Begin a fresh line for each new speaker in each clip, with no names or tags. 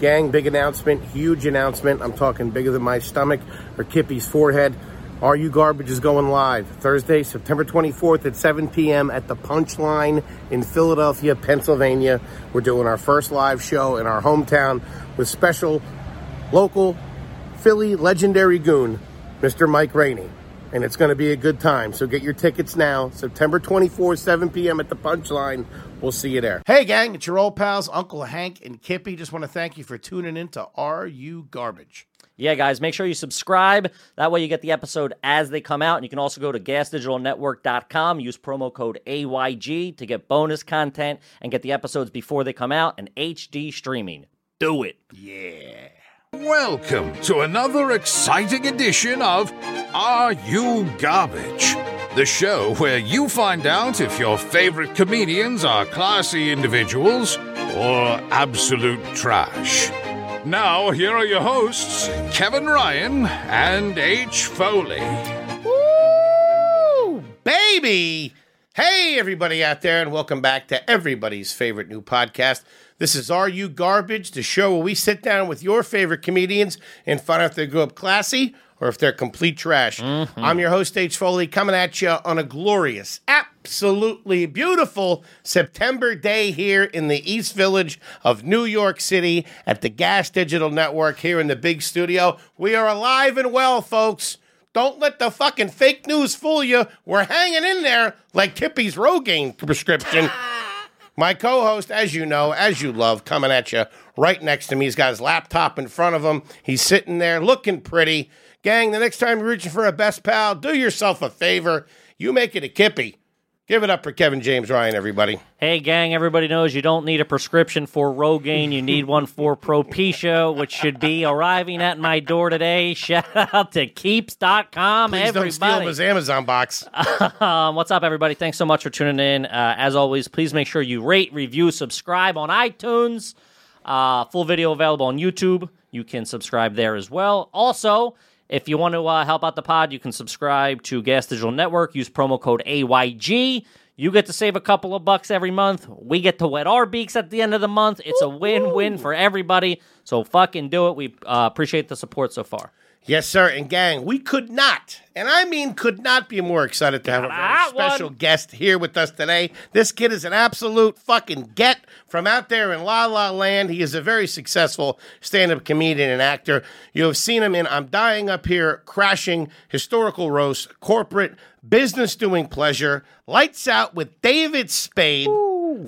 Gang, big announcement, huge announcement. I'm talking bigger than my stomach or Kippy's forehead. Are You Garbage is going live Thursday, September 24th at 7 p.m. at the Punchline in Philadelphia, Pennsylvania. We're doing our first live show in our hometown with special local Philly legendary goon, Mr. Mike Rainey. And it's going to be a good time. So get your tickets now. September 24th, 7 p.m. at the Punchline. We'll see you there. Hey, gang, it's your old pals, Uncle Hank and Kippy. Just want to thank you for tuning in to Are You Garbage?
Yeah, guys, make sure you subscribe. That way you get the episode as they come out. And you can also go to gasdigitalnetwork.com, use promo code AYG to get bonus content and get the episodes before they come out and HD streaming. Do it.
Yeah.
Welcome to another exciting edition of Are You Garbage? The show where you find out if your favorite comedians are classy individuals or absolute trash. Now, here are your hosts, Kevin Ryan and H. Foley.
Woo! Baby! Hey, everybody out there, and welcome back to everybody's favorite new podcast. This is Are You Garbage, the show where we sit down with your favorite comedians and find out if they grew up classy or if they're complete trash. I'm your host, H. Foley, coming at you on a glorious, absolutely beautiful September day here in the East Village of New York City at the Gas Digital Network here in the big studio. We are alive and well, folks. Don't let the fucking fake news fool you. We're hanging in there like Kippy's Rogaine prescription. My co host, as you know, as you love, coming at you right next to me. He's got his laptop in front of him. He's sitting there looking pretty. Gang, the next time you're reaching for a best pal, do yourself a favor. You make it a kippy. Give it up for Kevin James Ryan, everybody.
Hey, gang, everybody knows you don't need a prescription for Rogaine. You need one for Propecia, which should be arriving at my door today. Shout out to Keeps.com,
Please don't
everybody.
steal his Amazon box.
Um, what's up, everybody? Thanks so much for tuning in. Uh, as always, please make sure you rate, review, subscribe on iTunes. Uh, full video available on YouTube. You can subscribe there as well. Also, if you want to uh, help out the pod, you can subscribe to Gas Digital Network. Use promo code AYG. You get to save a couple of bucks every month. We get to wet our beaks at the end of the month. It's a win win for everybody. So fucking do it. We uh, appreciate the support so far.
Yes, sir. And gang, we could not, and I mean could not be more excited to have a very
that one.
special guest here with us today. This kid is an absolute fucking get from out there in La La Land. He is a very successful stand up comedian and actor. You have seen him in I'm Dying Up Here, Crashing, Historical Roast, Corporate, Business Doing Pleasure, Lights Out with David Spade.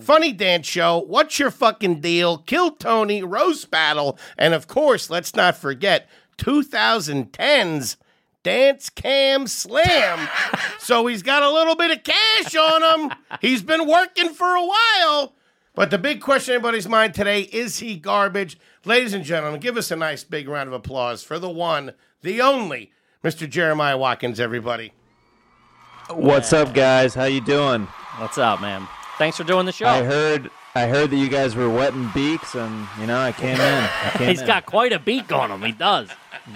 Funny Dance Show, What's Your Fucking Deal, Kill Tony, Roast Battle, and of course, let's not forget 2010's Dance Cam Slam. so he's got a little bit of cash on him. He's been working for a while. But the big question in everybody's mind today is he garbage? Ladies and gentlemen, give us a nice big round of applause for the one, the only, Mr. Jeremiah Watkins, everybody.
What's up, guys? How you doing?
What's up, man? Thanks for doing the show.
I heard I heard that you guys were wetting beaks, and you know I came in. I came
He's
in.
got quite a beak on him. He does.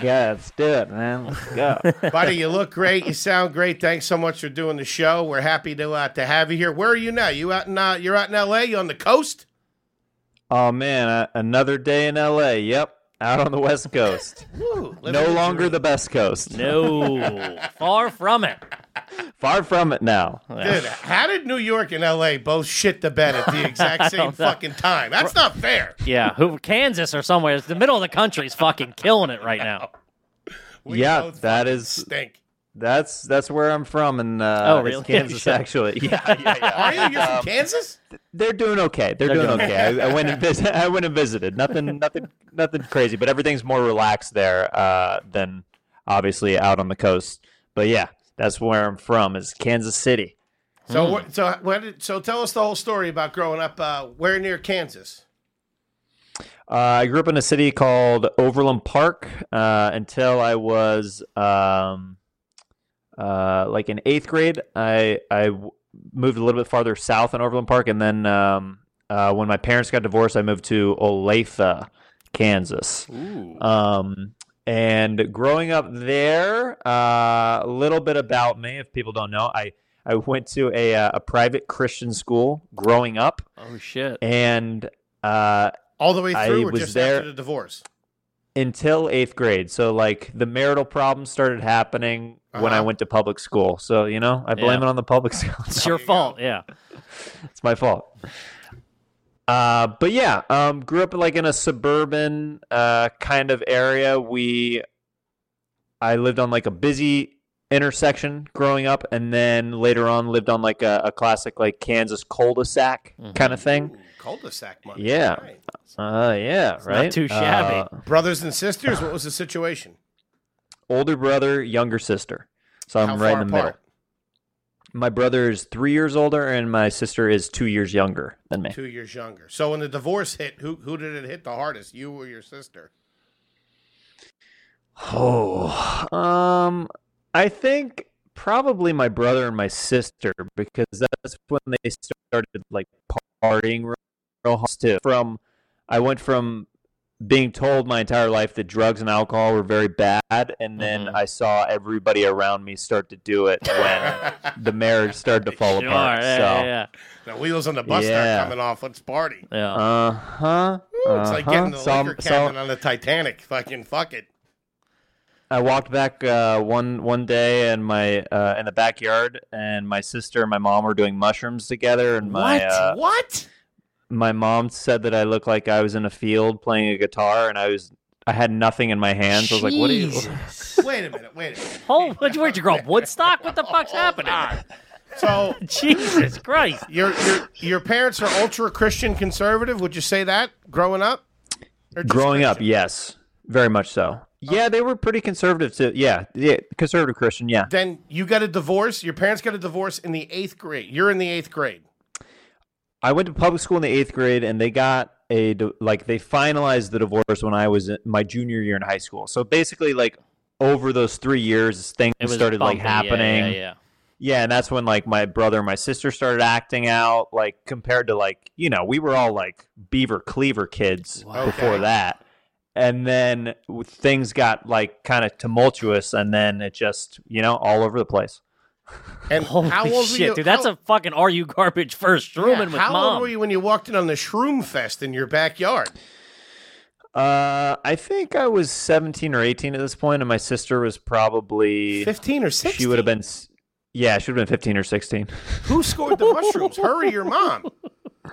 yeah. Let's do it, man. Let's go.
Buddy, you look great. You sound great. Thanks so much for doing the show. We're happy to uh, to have you here. Where are you now? You out in uh, you're out in L.A. You on the coast?
oh man, uh, another day in L.A. Yep, out on the West Coast.
Woo, living
no
the
longer the best coast.
No, far from it.
Far from it now.
Dude, how did New York and LA both shit the bed at the exact same fucking time? That's not fair.
Yeah, who Kansas or somewhere? It's the middle of the country is fucking killing it right now.
We
Yeah,
both
that
fucking
is-
stink.
That's that's where I'm from, and uh,
Oh,
it's
really?
Kansas,
Yeah.
actually. Yeah, yeah, yeah.
Are you? You're from Kansas?
They're doing okay. They're, doing, okay. I, I went and visit. I went and visited. Nothing, nothing, nothing crazy. But everything's more relaxed there uh, than obviously out on the coast. But yeah, that's where I'm from. Is Kansas City. Hmm.
So what so what did, so tell us the whole story about growing up uh, where near Kansas.
Uh, I grew up in a city called Overland Park uh, until I was um, uh, like in eighth grade. I I w- moved a little bit farther south in Overland Park, and then um, uh, when my parents got divorced, I moved to Olathe, Kansas. Um, and growing up there, uh, a little bit about me, if people don't know, I I went to a uh, a private Christian school growing up,
Oh shit!
and uh,
all the way
I
through, or
was
just
there-
after the divorce?
until eighth grade. So like the marital problem started happening when I
Uh-huh.
went to public school. So you know, I blame
Yeah.
it on the public school.
It's your fault. Yeah.
it's my fault. Uh, but yeah, um, grew up like in a suburban uh, kind of area. We, I lived on like a busy intersection growing up, and then later on lived on like a, a classic like Kansas cul-de-sac kind of thing.
Ooh, cul-de-sac money.
Yeah.
Right.
Uh, yeah, right.
not too shabby.
Uh,
Brothers and sisters, what was the situation?
older brother, younger sister. So I'm
How
right
far
in the
apart?
middle. My brother is three years older, and my sister is two years younger than me.
Two years younger. So when the divorce hit, who who did it hit the hardest? You or your sister?
Oh, um, I think probably my brother and my sister because that's when they started like partying real- real hard too. From I went from being told my entire life that drugs and alcohol were very bad, and then
Mhm.
I saw everybody around me start to do it when the marriage started to fall
Sure,
apart.
yeah,
so.
yeah,
The wheels on the bus
Yeah.
are coming off. Let's party.
yeah. Yeah.
Uh huh.
It's like
Uh-huh.
getting the liquor cabinet on the Titanic. Fucking fuck it.
I walked back uh, one one day in my uh, in the backyard, and my sister and my mom were doing mushrooms together. And my uh,
what?
my mom said that I looked like I was in a field playing a guitar, and I was I had nothing in my hands. I was like, "What are you?"
Jesus.
Wait a minute. Wait a minute.
Oh, where'd you, where'd you grow up? Woodstock? What the fuck's happening?
So
Jesus Christ.
your your your parents are ultra Christian conservative. Would you say that growing up? Or just
Growing up,
Christian?
yes, very much so. Yeah, they were pretty conservative too. Yeah, yeah, conservative Christian. Yeah,
Then you got a divorce. Your parents got a divorce in the eighth grade. You're in the eighth grade.
I went to public school in the eighth grade, and they got a di- like they finalized the divorce when I was in my junior year in high school. So basically, like over those three years, things
It was
started like
bumpy, yeah,
happening.
Yeah, yeah.
Yeah, and that's when like my brother and my sister started acting out. Like compared to like you know we were all like Beaver Cleaver kids
Wow.
before
Okay.
that, and then w- things got like kind of tumultuous, and then it just you know all over the place.
And
Holy
how old
shit,
were you?
dude! That's
how,
a fucking are you garbage first rooming
yeah,
with
how
mom.
old were you when you walked in on the Shroom Fest in your backyard?
Uh, I think I was seventeen or eighteen at this point, and my sister was probably
Fifteen or sixteen?
she would have been. s- Yeah, she would have been fifteen or sixteen.
Who scored the mushrooms? Her or your mom?
Uh,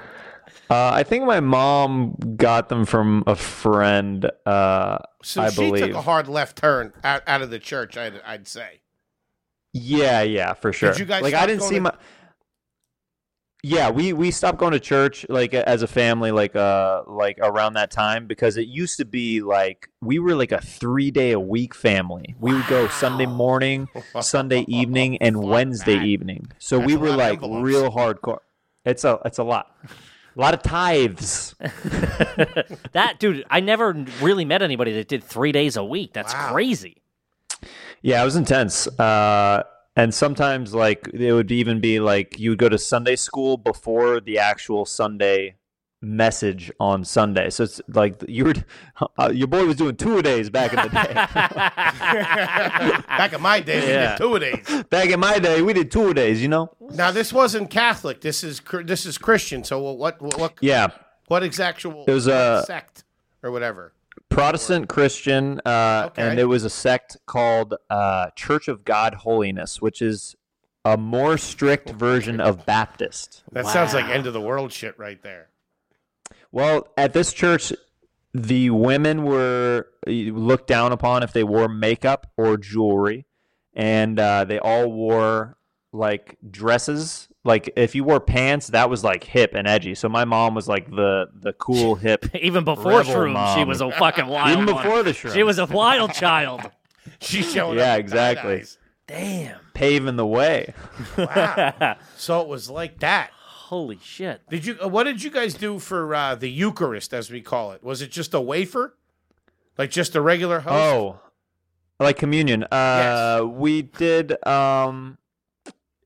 I think my mom got them from a friend. Uh,
So
I
she
believe.
took a hard left turn out, out of the church. I'd, I'd say.
Yeah, yeah, for sure.
you guys
like I
stop
didn't
going
see
to-
my. Yeah, we we stopped going to church like as a family like uh like around that time because it used to be like we were like a three day a week family. We would go Sunday morning, Sunday evening, and
Fuck
Wednesday
that.
evening. So
That's
we
a
were
lot of
like
envelopes.
real hardcore. It's a it's a lot, a lot of tithes.
That dude, I never really met anybody that did three days a week. That's
Wow.
crazy.
Yeah, it was intense. Uh, and sometimes, like, it would even be like you would go to Sunday school before the actual Sunday message on Sunday. So it's like you were, uh, your boy was doing two a days back in the day.
Back in my day,
Yeah.
we did two a days.
back in my day, we did two a days, you know?
Now this wasn't Catholic. This is cr- this is Christian. So what what what,
Yeah.
what exactual
There's a-
sect or whatever?
Protestant Christian, uh,
Okay.
and there was a sect called uh, Church of God Holiness, which is a more strict version of Baptist.
That sounds like
Wow.
end of the world shit right there.
Well, at this church, the women were uh, looked down upon if they wore makeup or jewelry, and uh, they all wore like dresses. Like if you wore pants, that was like hip and edgy. So my mom was like the the cool hip.
Even before
Rebel
Shroom, she
mom.
was a fucking wild
Even
one.
before the shrimp,
She was a wild child.
She's showing
Yeah,
up. with
exactly.
tie-dyes.
Damn.
paving the way.
Wow. so it was like that.
Holy shit.
Did you? uh, What did you guys do for uh, the Eucharist, as we call it? Was it just a wafer, like just a regular host?
Oh, like communion. Uh, we did. Um,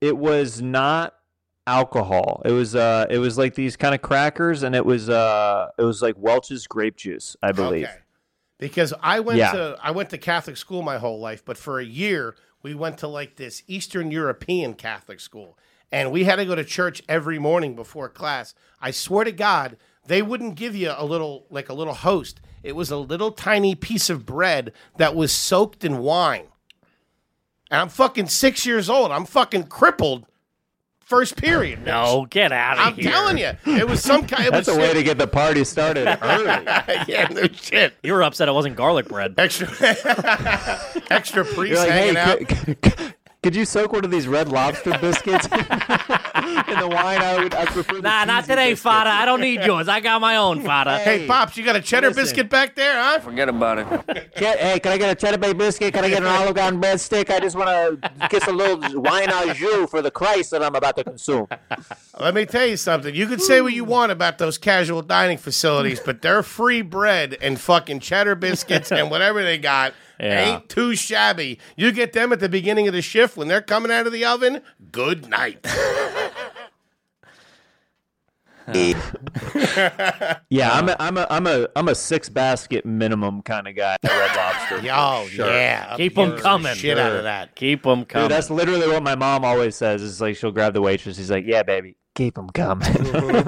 it was not alcohol. It was. Uh, it was like these kind of crackers, and it was. Uh, it was like Welch's grape juice, I believe.
Because I went
Yeah.
to I went to Catholic school my whole life, but for a year we went to like this Eastern European Catholic school, and we had to go to church every morning before class. I swear to God, they wouldn't give you a little like a little host. It was a little tiny piece of bread that was soaked in wine. And I'm fucking six years old. I'm fucking crippled. First period. bitch.
No, get out of
I'm
here.
telling you, it was some kind. It
That's
was
a way to get the party started early.
yeah, no shit.
You were upset it wasn't garlic bread.
Extra, extra
You're
priests
like,
hanging out.
hey, could, could, could you soak one of these red lobster biscuits in the wine? I would I prefer. the
Nah, Ah, not
cheesy
today,
biscuits.
fada. I don't need yours. I got my own, fada.
Hey, pops, you got a cheddar
listen.
biscuit back there, huh?
Forget about it.
Get- hey, can I get a cheddar bay biscuit? Can I get an olive garden breadstick? I just want to kiss a little wine au jus for the Christ that I'm about to consume.
Let me tell you something. You can say what you want about those casual dining facilities, but their free bread and fucking cheddar biscuits and whatever they got
Yeah.
ain't too shabby. You get them at the beginning of the shift when they're coming out of the oven. Good night.
Yeah, I'm a, I'm a, I'm a, I'm a six basket minimum kind of guy. at Red Lobster.
Yo, yeah.
Keep
Up
'em
your
coming.
Shit out of that.
Keep them
Dude,
coming.
that's literally what my mom always says. Is like she'll grab the waitress. She's like, "Yeah, baby, keep them coming."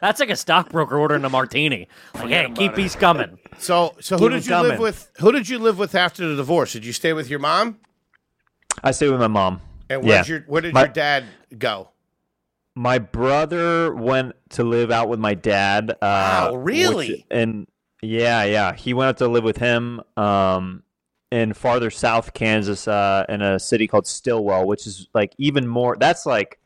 That's like a stockbroker ordering a martini. Like, hey, keep these coming.
So, so who
Keep
did
'em
you live
coming.
with? Who did you live with after the divorce? Did you stay with your mom?
I stay with my mom.
And where'd
Yeah.
your, where did
My-
your dad go?
My brother went to live out with my dad. Uh,
Wow,
which-
really?
and yeah, yeah, he went out to live with him um, in farther south Kansas uh, in a city called Stillwell, which is like even more. That's like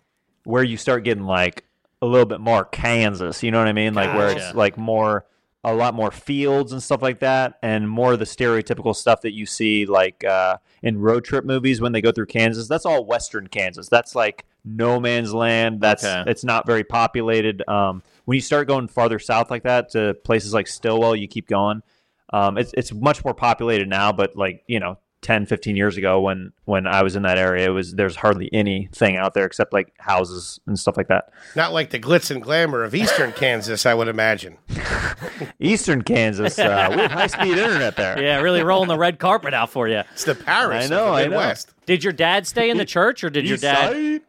where you start getting like a little bit more Kansas. You know what I mean? Like where it's
Gotcha.
like more a lot more fields and stuff like that, and more of the stereotypical stuff that you see like uh, in road trip movies when they go through Kansas. That's all Western Kansas. That's like no man's land. That's
Okay.
it's not very populated. Um, when you start going farther south like that to places like Stillwell, you keep going. Um, it's it's much more populated now, but like you know, 10, 15 years ago when when I was in that area, it was there's hardly anything out there except like houses and stuff like that.
Not like the glitz and glamour of Eastern Kansas, I would imagine.
Eastern Kansas, uh, we have high speed internet there.
Yeah, really rolling the red carpet out for you.
It's the Paris.
I know,
Of
I
the
know.
Midwest.
Did your dad stay in the church, or did your dad?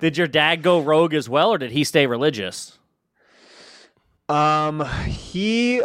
did your dad go rogue as well, or did he stay religious?
Um, he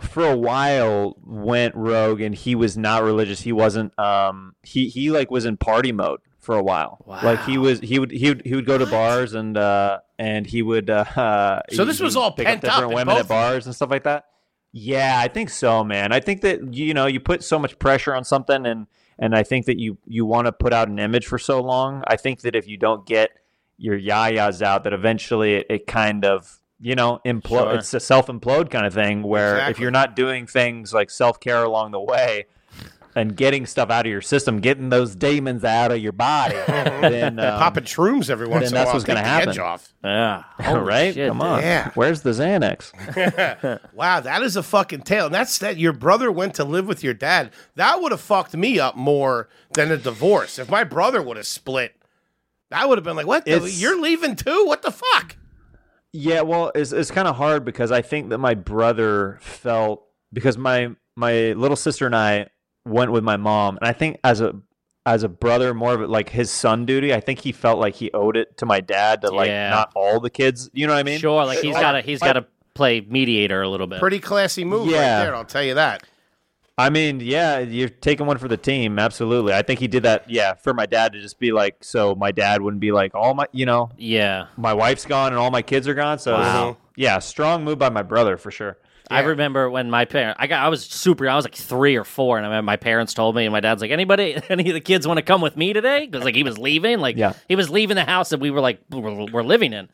for a while went rogue, and he was not religious. He wasn't. Um, he he like was in party mode for a while. Like he was. He would. He would. He would go to bars and uh and he would. Uh,
So
he-
this was
he'd
all
pick
pent up
different
in
women
both
at
of them.
bars and stuff like that. Yeah, I think so, man. I think that you know you put so much pressure on something, and and I think that you you want to put out an image for so long. I think that if you don't get your yayas out, that eventually it, it kind of you know implode.
Sure.
It's a self implode kind of thing where if
Exactly.
you're not doing things like self care along the way and getting stuff out of your system, getting those demons out of your body, then um,
Popping shrooms every once in
then
a
that's
while.
what's
Take
gonna
the edge
happen.
off.
Yeah, Ah, Holy
right?
shit,
Come
dude.
on,
Yeah.
where's the Xanax?
Wow, that is a fucking tale. And that's that your brother went to live with your dad. That would have fucked me up more than a divorce. If my brother would have split, I would have been like, what? The,
It's-
you're leaving too? What the fuck?
Yeah, well, it's it's kind of hard because I think that my brother felt because my my little sister and I went with my mom, and I think as a as a brother, more of it like his son duty. I think he felt like he owed it to my dad to like
Yeah.
not all the kids. You know what I mean?
Sure, like he's got to he's
Like-
got to play mediator a little bit.
Pretty classy move
Yeah.
right there, I'll tell you that.
I mean, yeah, you're taking one for the team, absolutely. I think he did that, yeah, for my dad to just be like, so my dad wouldn't be like, all my, you know,
yeah.
my wife's gone and all my kids are gone. So,
Wow.
yeah, strong move by my brother for sure.
I remember when my parents, I got, I was super, young, I was like three or four, and I remember my parents told me, and my dad's like, anybody, any of the kids want to come with me today? Because like he was leaving, like
Yeah.
he was leaving the house that we were like we're, we're living in.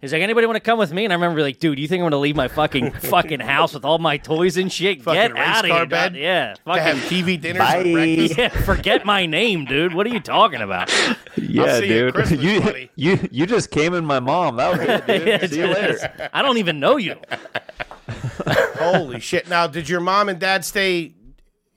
He's like, anybody want to come with me? And I remember like, dude, you think I'm gonna leave my fucking fucking house with all my toys and shit?
Fucking
Get
race
out of
car
here,
bed?
dude. yeah,
To have
fucking.
TV dinners and breakfast.
Yeah, forget my name, dude. What are you talking about?
Yeah,
see you at Christmas,
you,
buddy.
you you just came in my mom. That was good, dude.
Yeah,
See you
dude,
later.
that's- I don't even know you.
Holy shit. Now, did your mom and dad stay,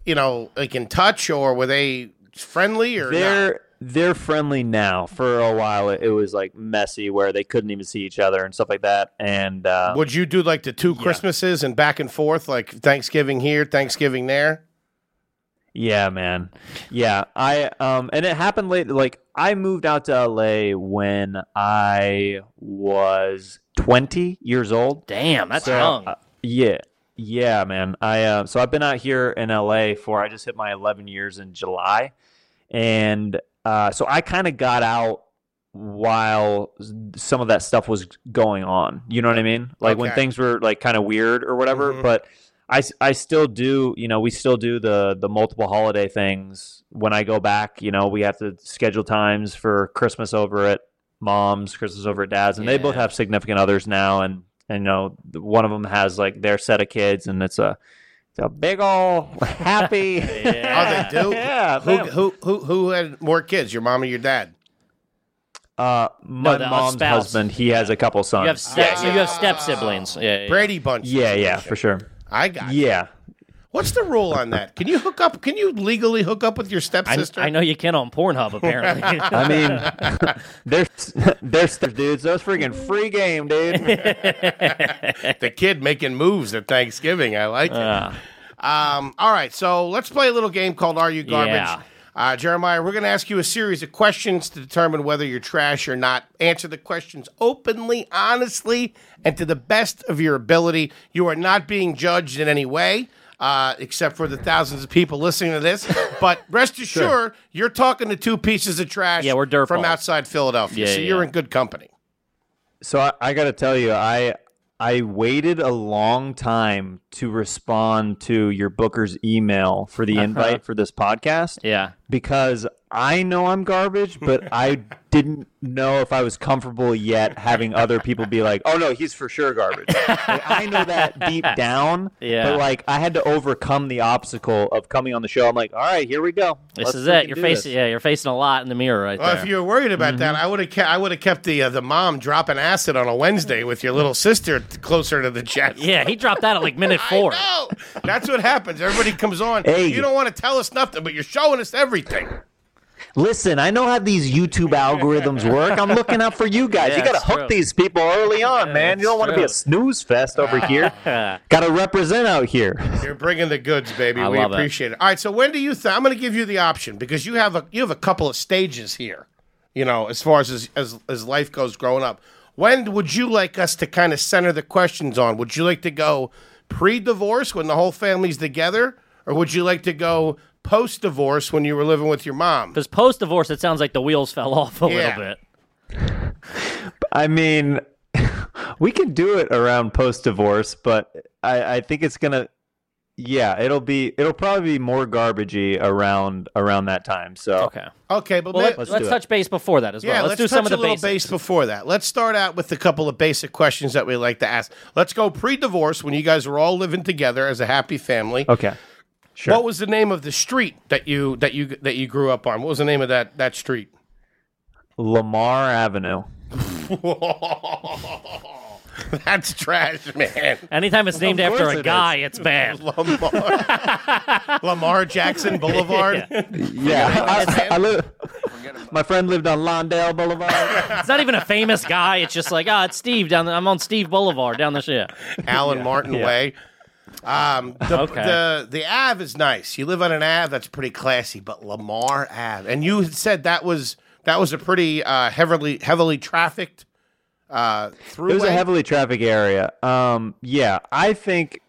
you know, like in touch or were they friendly or
They're
no?
they're friendly now. For a while, it, it was like messy where they couldn't even see each other and stuff like that. And uh,
Would you do like the two Christmases and back and forth, like Thanksgiving here, Thanksgiving there?
yeah, man, yeah, I um, and it happened late. Like I moved out to LA when I was 20 years old.
Damn, that's
So,
young.
uh, yeah, yeah, man. I uh, so I've been out here in LA for I just hit my 11 years in July, and uh, so I kind of got out while s- some of that stuff was going on. You know what I mean? Like when
Okay.
things were like kind of weird or whatever.
Mm-hmm.
Mhm.
But I s- I still do. You know, we still do the the multiple holiday things when I go back. You know, we have to schedule times for Christmas over at mom's, Christmas over at dad's, and they both
Yeah.
have significant others now. And and you know, th- one of them has like their set of kids, and it's a it's a big old happy.
Yeah.
Oh, they do?
Yeah.
Who,
man.
who who who had more kids, your mom or your dad?
Uh, my
the- a
mom's
spouse.
husband, he has a couple sons.
you have ste-
Yeah,
so you have
yeah.
step siblings. Yeah, yeah, yeah.
Brady Bunch.
yeah, yeah, for sure.
I got. You.
Yeah.
What's the rule on that? Can you hook up? Can you legally hook up with your
I,
stepsister?
I know you can on Pornhub apparently.
I mean, they're they're st- dudes. Those freaking free game, dude.
the kid making moves at Thanksgiving. I like it. Um, all right, so let's play a little game called Are You Garbage?
Yeah.
Uh, Jeremiah, we're going to ask you a series of questions to determine whether you're trash or not. Answer the questions openly, honestly, and to the best of your ability. You are not being judged in any way. Uh, except for the thousands of people listening to this, but rest assured, you're talking to two pieces of trash.
Yeah, we're dirtballs.
from outside Philadelphia,
Yeah,
so
yeah,
you're
yeah.
in good company.
So I, I gotta tell you, I I waited a long time to respond to your Booker's email for
Uh-huh.
the invite for this podcast
yeah.
because I know I'm garbage, but I didn't know if I was comfortable yet having other people be like, "Oh no, he's for sure garbage." Like, I know that deep down,
Yeah.
but like I had to overcome the obstacle of coming on the show. I'm like, "All right, here we go.
This
Let's
is it.
freaking
You're
do
facing
this."
yeah, you're facing a lot in the mirror right
Well,
there.
if you were worried about that, I would have kept, I would have kept the uh, the mom dropping acid on a Wednesday with your little sister t- closer to the chest.
yeah, he dropped that at like minute four.
I know. That's what happens. Everybody comes on.
Hey.
You don't want to tell us nothing, but you're showing us everything.
Listen, I know how these YouTube algorithms work. I'm looking out for you guys.
Yeah,
you got
that's
to hook
true.
these people early on, man. You
that's
don't want to be
true.
a snooze fest over here. got to represent out here.
You're bringing the goods, baby.
I
we
love it.
appreciate it. All right. So when do you? Th- I'm going to give you the option because you have a you have a couple of stages here. You know, as far as as as, as life goes, growing up. When would you like us to kind of center the questions on? Would you like to go pre-divorce when the whole family's together, or would you like to go post-divorce when you were living with your mom?
Because post divorce, it sounds like the wheels fell off a
Yeah.
little bit.
I mean, we can do it around post divorce, but I, I think it's gonna. Yeah, it'll be it'll probably be more garbagey around around that time. So
Okay.
Okay, but
Well,
may-
let, us
Oh. Let's do it.
touch base before that as well.
Yeah,
let's,
let's,
do
touch
some of
a
the
little
basics.
base before that. Let's start out with a couple of basic questions that we like to ask. Let's go pre-divorce when you guys were all living together as a happy family.
okay, sure.
What was the name of the street that you that you that you grew up on? What was the name of that that street?
Lamar Avenue.
That's trash, man.
Anytime it's named after
course
a
it
guy, it's bad.
Lamar, Lamar Jackson Boulevard.
Yeah, I, I live. My friend lived on Londale Boulevard.
It's not even a famous guy. It's just like, ah, it's Steve down. The, I'm on Steve Boulevard down the shit.
Alan Martin Way. Um, the,
Okay.
the the Ave is nice. You live on an Ave that's pretty classy, but Lamar Ave, and you had said that was that was a pretty uh, heavily heavily trafficked uh, throughway.
It was a heavily traffic area. Um, yeah, I think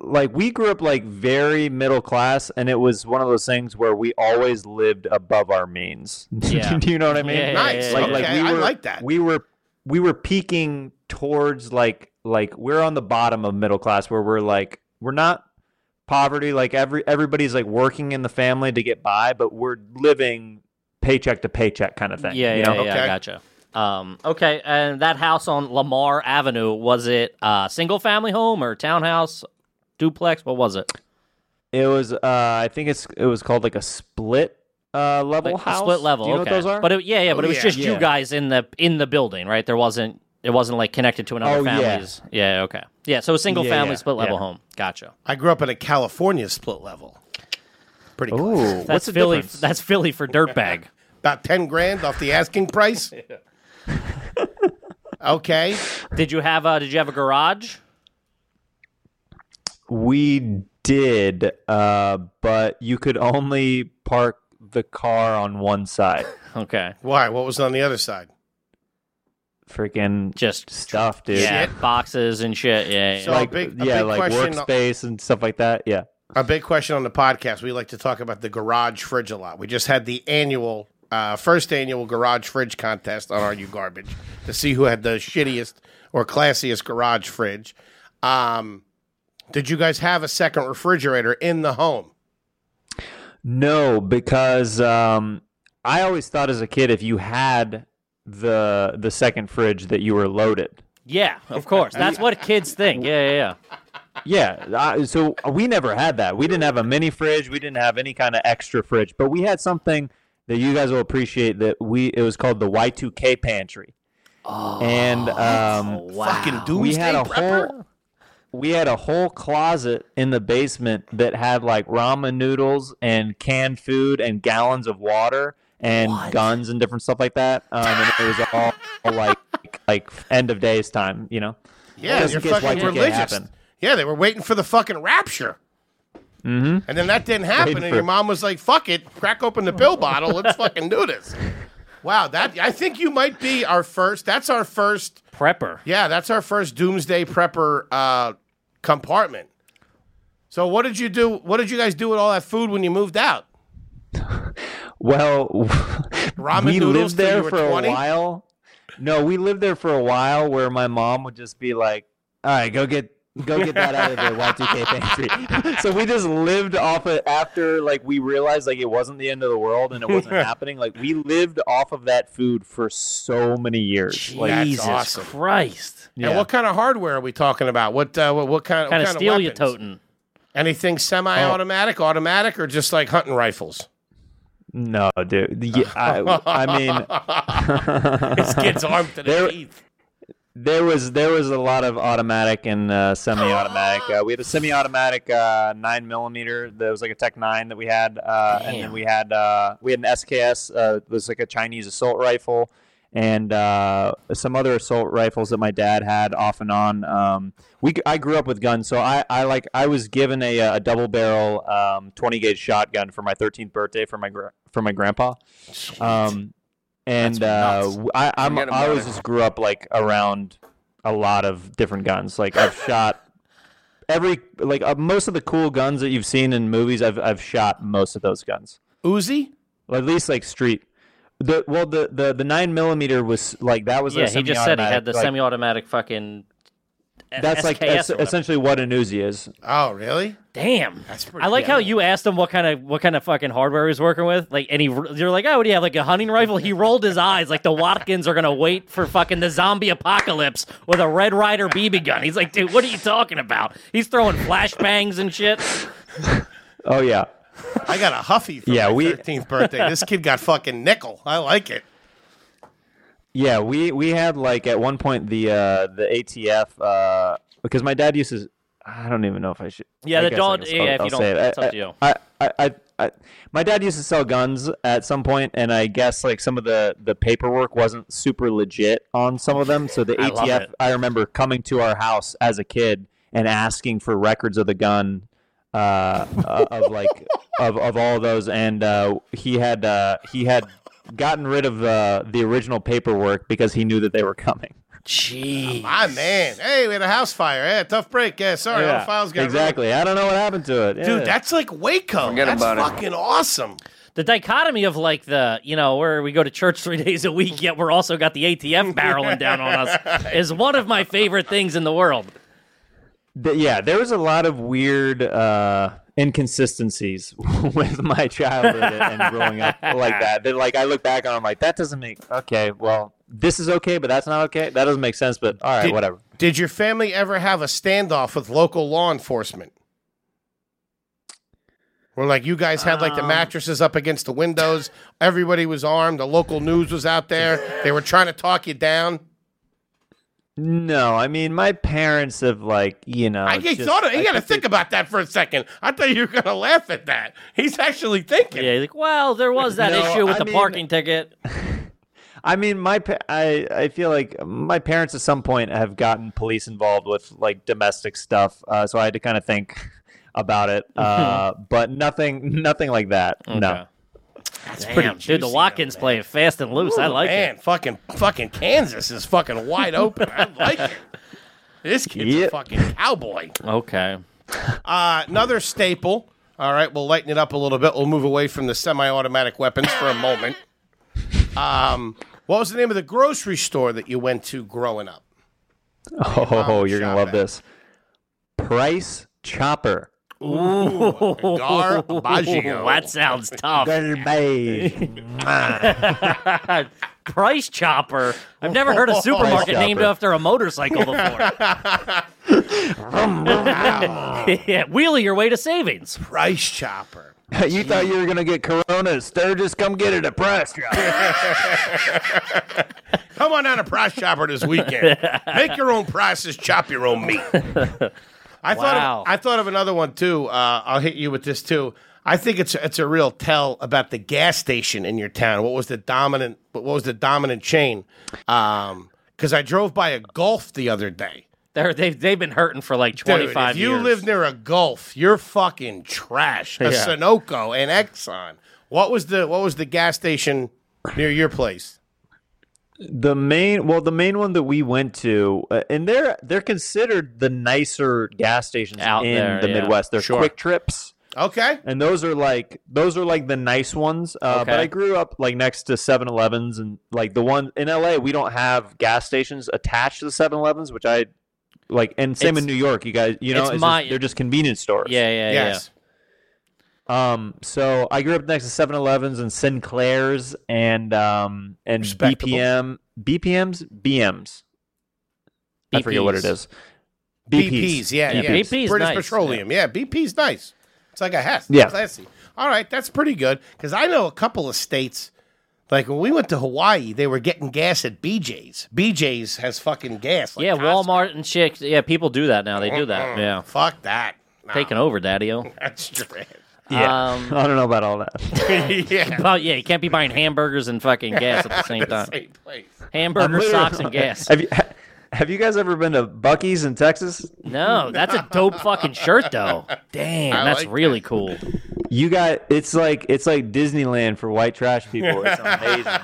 like we grew up like very middle class, and it was one of those things where we always lived above our means.
Yeah.
Do you know what I mean?
Yeah, yeah,
Nice.
yeah, yeah,
Like,
yeah.
like
Okay,
we
I
were,
like that.
We were we were peaking towards like like we're on the bottom of middle class where we're like we're not poverty like every everybody's like working in the family to get by but we're living paycheck to paycheck kind of thing
Yeah,
you
yeah,
know?
yeah.
Okay.
I gotcha. Um, okay, and that house on Lamar Avenue was it a single family home or townhouse, duplex? What was it?
It was uh I think it's it was called like a split uh level
Like a
house.
split level.
Do you know
okay,
what those are?
but it, yeah, yeah, but it was
yeah.
just
Yeah.
you guys in the in the building, right? There wasn't it wasn't like connected to another
Oh, yeah.
family's. Yeah. okay, yeah. So a single
Yeah,
family
yeah,
split level
yeah.
home. Gotcha.
I grew up in a California split level. Pretty cool.
Ooh,
That's
what's the
Philly.
difference?
That's Philly for dirtbag.
About ten grand off the asking price. okay.
did you have a Did you have a garage?
we did uh but you could only park the car on one side.
Okay.
Why? What was on the other side?
Freaking
Just
stuff, dude.
Yeah, boxes and shit. Yeah. yeah.
So-
Like
A big- a
yeah,
big
like
question-
workspace and stuff like that. Yeah.
A big question on the podcast. We like to talk about the garage fridge a lot. We just had the annual, uh, first annual garage fridge contest on Are You Garbage to see who had the shittiest or classiest garage fridge. Um, did you guys have a second refrigerator in the home?
No, because um, I always thought as a kid if you had the the second fridge that you were loaded.
yeah, of course. That's what kids think. Yeah, yeah, yeah.
Yeah, I, so we never had that. We didn't have a mini fridge. We didn't have any kind of extra fridge, but we had something that you guys will appreciate. That we it was called the Y two K pantry, oh, and um,
Wow.
Fucking
we
doomsday
had a
prepper?
whole we had a whole closet in the basement that had like ramen noodles and canned food and gallons of water and guns and different stuff like that. Um, and it was all, like like end of days time, you know.
Yeah,
Just
you're
in case
fucking
Y2K
religious.
happened.
Yeah, they were waiting for the fucking rapture. Mm-hmm. And then that didn't happen,
Waiting
and
for-
your mom was like, "Fuck it, crack open the pill bottle, let's fucking do this." Wow, that I think you might be our first. That's our first.
Prepper.
Yeah, that's our first doomsday prepper uh, compartment. So what did you do? What did you guys do with all that food when you moved out?
Well, we
noodles
lived
till you
there
were
for
20?
a while. No, we lived there for a while where my mom would just be like, "All right, go get go get that out of the Y2K pantry." so we just lived off of after like we realized like it wasn't the end of the world and it wasn't happening. Like we lived off of that food for so many years. Like
that's
Jesus
awesome.
Christ.
And
Yeah.
what kind of hardware are we talking about? What uh, what, what kind?
Kind
what
of
kind
steel
of
you
weapons?
toting.
Anything semi-automatic, automatic, or just like hunting rifles?
no, dude. Yeah, I, I mean,
this kid's armed to the
There-
teeth.
There was there was a lot of automatic and uh, semi-automatic. Uh, we had a semi-automatic uh, nine millimeter. That was like a Tech Nine that we had, uh, and then we had uh, we had an SKS. Uh, it was like a Chinese assault rifle, and uh, some other assault rifles that my dad had off and on. Um, we I grew up with guns, so I, I like I was given a, uh, a double barrel um, twenty gauge shotgun for my thirteenth birthday from my gra- from my grandpa. Um, and uh, w- I, I'm,
Forget
I
about
always
it.
just grew up like around a lot of different guns. Like I've shot every like uh, most of the cool guns that you've seen in movies. I've I've shot most of those guns.
Uzi?
Well, at least like street. The well the the the nine millimeter was like that was
Yeah,
a
he just said he
semi-automatic,
had the
like,
semi-automatic fucking. S-
That's like
SKS or
es-
whatever.
essentially what an Uzi is.
Oh, really?
Damn.
That's pretty
I like
good.
how you asked him what kind of what kind of fucking hardware he's working with. Like, and he you're like, oh, what do you have? Like a hunting rifle? He rolled his eyes like the Watkins are gonna wait for fucking the zombie apocalypse with a Red Rider BB gun. He's like, dude, what are you talking about? He's throwing flashbangs and shit.
Oh yeah.
I got a Huffy for
Yeah,
my
we-
13th birthday. This kid got fucking nickel. I like it.
Yeah, we we had like at one point the uh, the ATF uh, because my dad used to. I don't even know if I should.
Yeah,
I
the
guess I
don't-
can spell-
yeah, if you
I'll
don't-
say it. Uh,
it's
I-
up to you.
I, I, I, I, my dad used to sell guns at some point, and I guess like some of the the paperwork wasn't super legit on some of them. So the
I love
ATF,
it.
I remember coming to our house as a kid and asking for records of the gun, uh, uh, of like of of all those, and uh, he had uh, he had gotten rid of uh, the original paperwork because he knew that they were coming.
Gee.
My man. Hey, we had a house fire. Hey, tough break. Yeah, sorry. All the files got
exactly. I don't know what happened to it.
ruined.
Yeah.
Dude, that's like Waco.
Forget
that's
about it.
fucking awesome.
The dichotomy of like the you know where we go to church three days a week, yet we're also got the ATF barreling down on us is one of my favorite things in the world.
Th- yeah, there was a lot of weird uh, inconsistencies with my childhood and and growing up like that. That like I look back on, I'm like, that doesn't make okay. Well, this is okay, but that's not okay. That doesn't make sense. But all right,
Did-
whatever.
Did your family ever have a standoff with local law enforcement? Where like you guys had like the mattresses up against the windows, everybody was armed, the local news was out there, they were trying to talk you down.
No, I mean my parents have like you know.
I just,
just-
thought of, you
I
got to
think
think about that for a second. I thought you were going to laugh at that. He's actually thinking.
Yeah, he's like, well, there was that
No,
issue with
I
the
mean-
parking ticket.
I mean, my pa- I I feel like my parents at some point have gotten police involved with like domestic stuff, uh, so I had to kind of think about it. Uh, but nothing, nothing like that. No.
Okay.
That's
Damn, dude, the
juicy,
Watkins
though, man.
playing fast and loose. I like
man,
it.
fucking fucking Kansas is fucking wide open. I like it. This kid's a
Yep.
fucking cowboy.
Okay.
Uh, another staple. All right, we'll lighten it up a little bit. We'll move away from the semi-automatic weapons for a moment. Um, what was the name of the grocery store that you went to growing up?
Oh, you're gonna
shop
love
at.
this. Price chopper.
Garbagio.
that sounds tough.
Garbage.
Price chopper. I've never heard a supermarket
Price
named
chopper.
after a motorcycle before. yeah, wheelie your way to savings.
Price Chopper.
you thought you were gonna get Corona, Sturgis? Come get it at Price Chopper.
Come on down to Price Chopper this weekend. Make your own prices, chop your own meat. I
Wow.
thought of, I thought of another one too. Uh, I'll hit you with this too. I think it's it's a real tell about the gas station in your town. What was the dominant? What was the dominant chain? Because I drove by a Gulf the other day.
They're, they've they've been hurting for like
Dude,
twenty five
if you
years.
live near a Gulf, you're fucking trash. A
Yeah.
Sunoco and Exxon. What was the what was the gas station near your place?
the main, well, the main one that we went to, uh, and they're they're considered the nicer gas stations
Out
in
there,
the
yeah.
Midwest. They're
Sure.
quick trips.
Okay.
and those are like those are like the nice ones uh, but
Okay.
i grew up like next to 7-elevens and like the one in la we don't have gas stations attached to the 7-elevens which i like and same
It's-
in new york you guys you know
it's
it's just-
my-
they're just convenience stores
yeah, yeah, yeah.
Yes.
um so i grew up next to 7-elevens and sinclairs and um and
Respectable.
bpm bpms bms i forget what it
BPs.
is
BP's,
bps
yeah, yeah.
BP's nice,
British
yeah.
Petroleum, yeah. BP's nice. It's like a Hess,
Yeah.
classy. All right, that's pretty good because I know a couple of states. Like when we went to Hawaii, they were getting gas at BJ's. BJ's has fucking gas. Like Mm-hmm.
yeah,
Costco.
Walmart and chicks. Yeah, people do that now. They do that. Yeah,
Fuck that. Nah,
taking over, Daddy-O.
that's trash.
yeah
Um,
i don't know about all that
yeah.
Well, yeah, you can't be buying hamburgers and fucking gas at the same time.
Same place.
Hamburger,
Literally-
socks, and gas.
Have you have you guys ever been to Bucky's in Texas?
No, that's a dope fucking shirt though. Damn,
I
that's
like
really cool.
You got it's like it's like Disneyland for white trash people. It's amazing.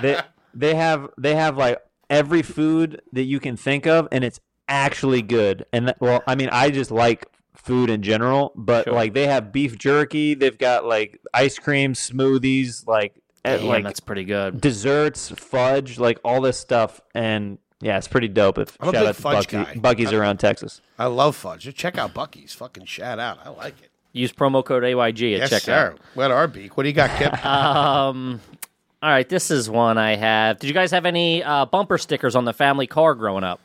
they they have they have like every food that you can think of, and it's actually good. And that, well, I mean, I just like food in general, but like they have beef jerky. They've got like ice cream smoothies, like eh,
Damn,
like
that's pretty good.
desserts, fudge, like all this stuff, and. Yeah, it's pretty dope. If
I'm a
shout
big
out to
fudge
Bucky,
guy.
Bucky's around Texas.
I love fudge. Just check out Bucky's. Fucking shout out. I like it.
Use promo code AYG at
Yes,
checkout.
sir. Wet our beak. What do you got, Kip?
Um, all right, this is one I have. Did you guys have any uh, bumper stickers on the family car growing up?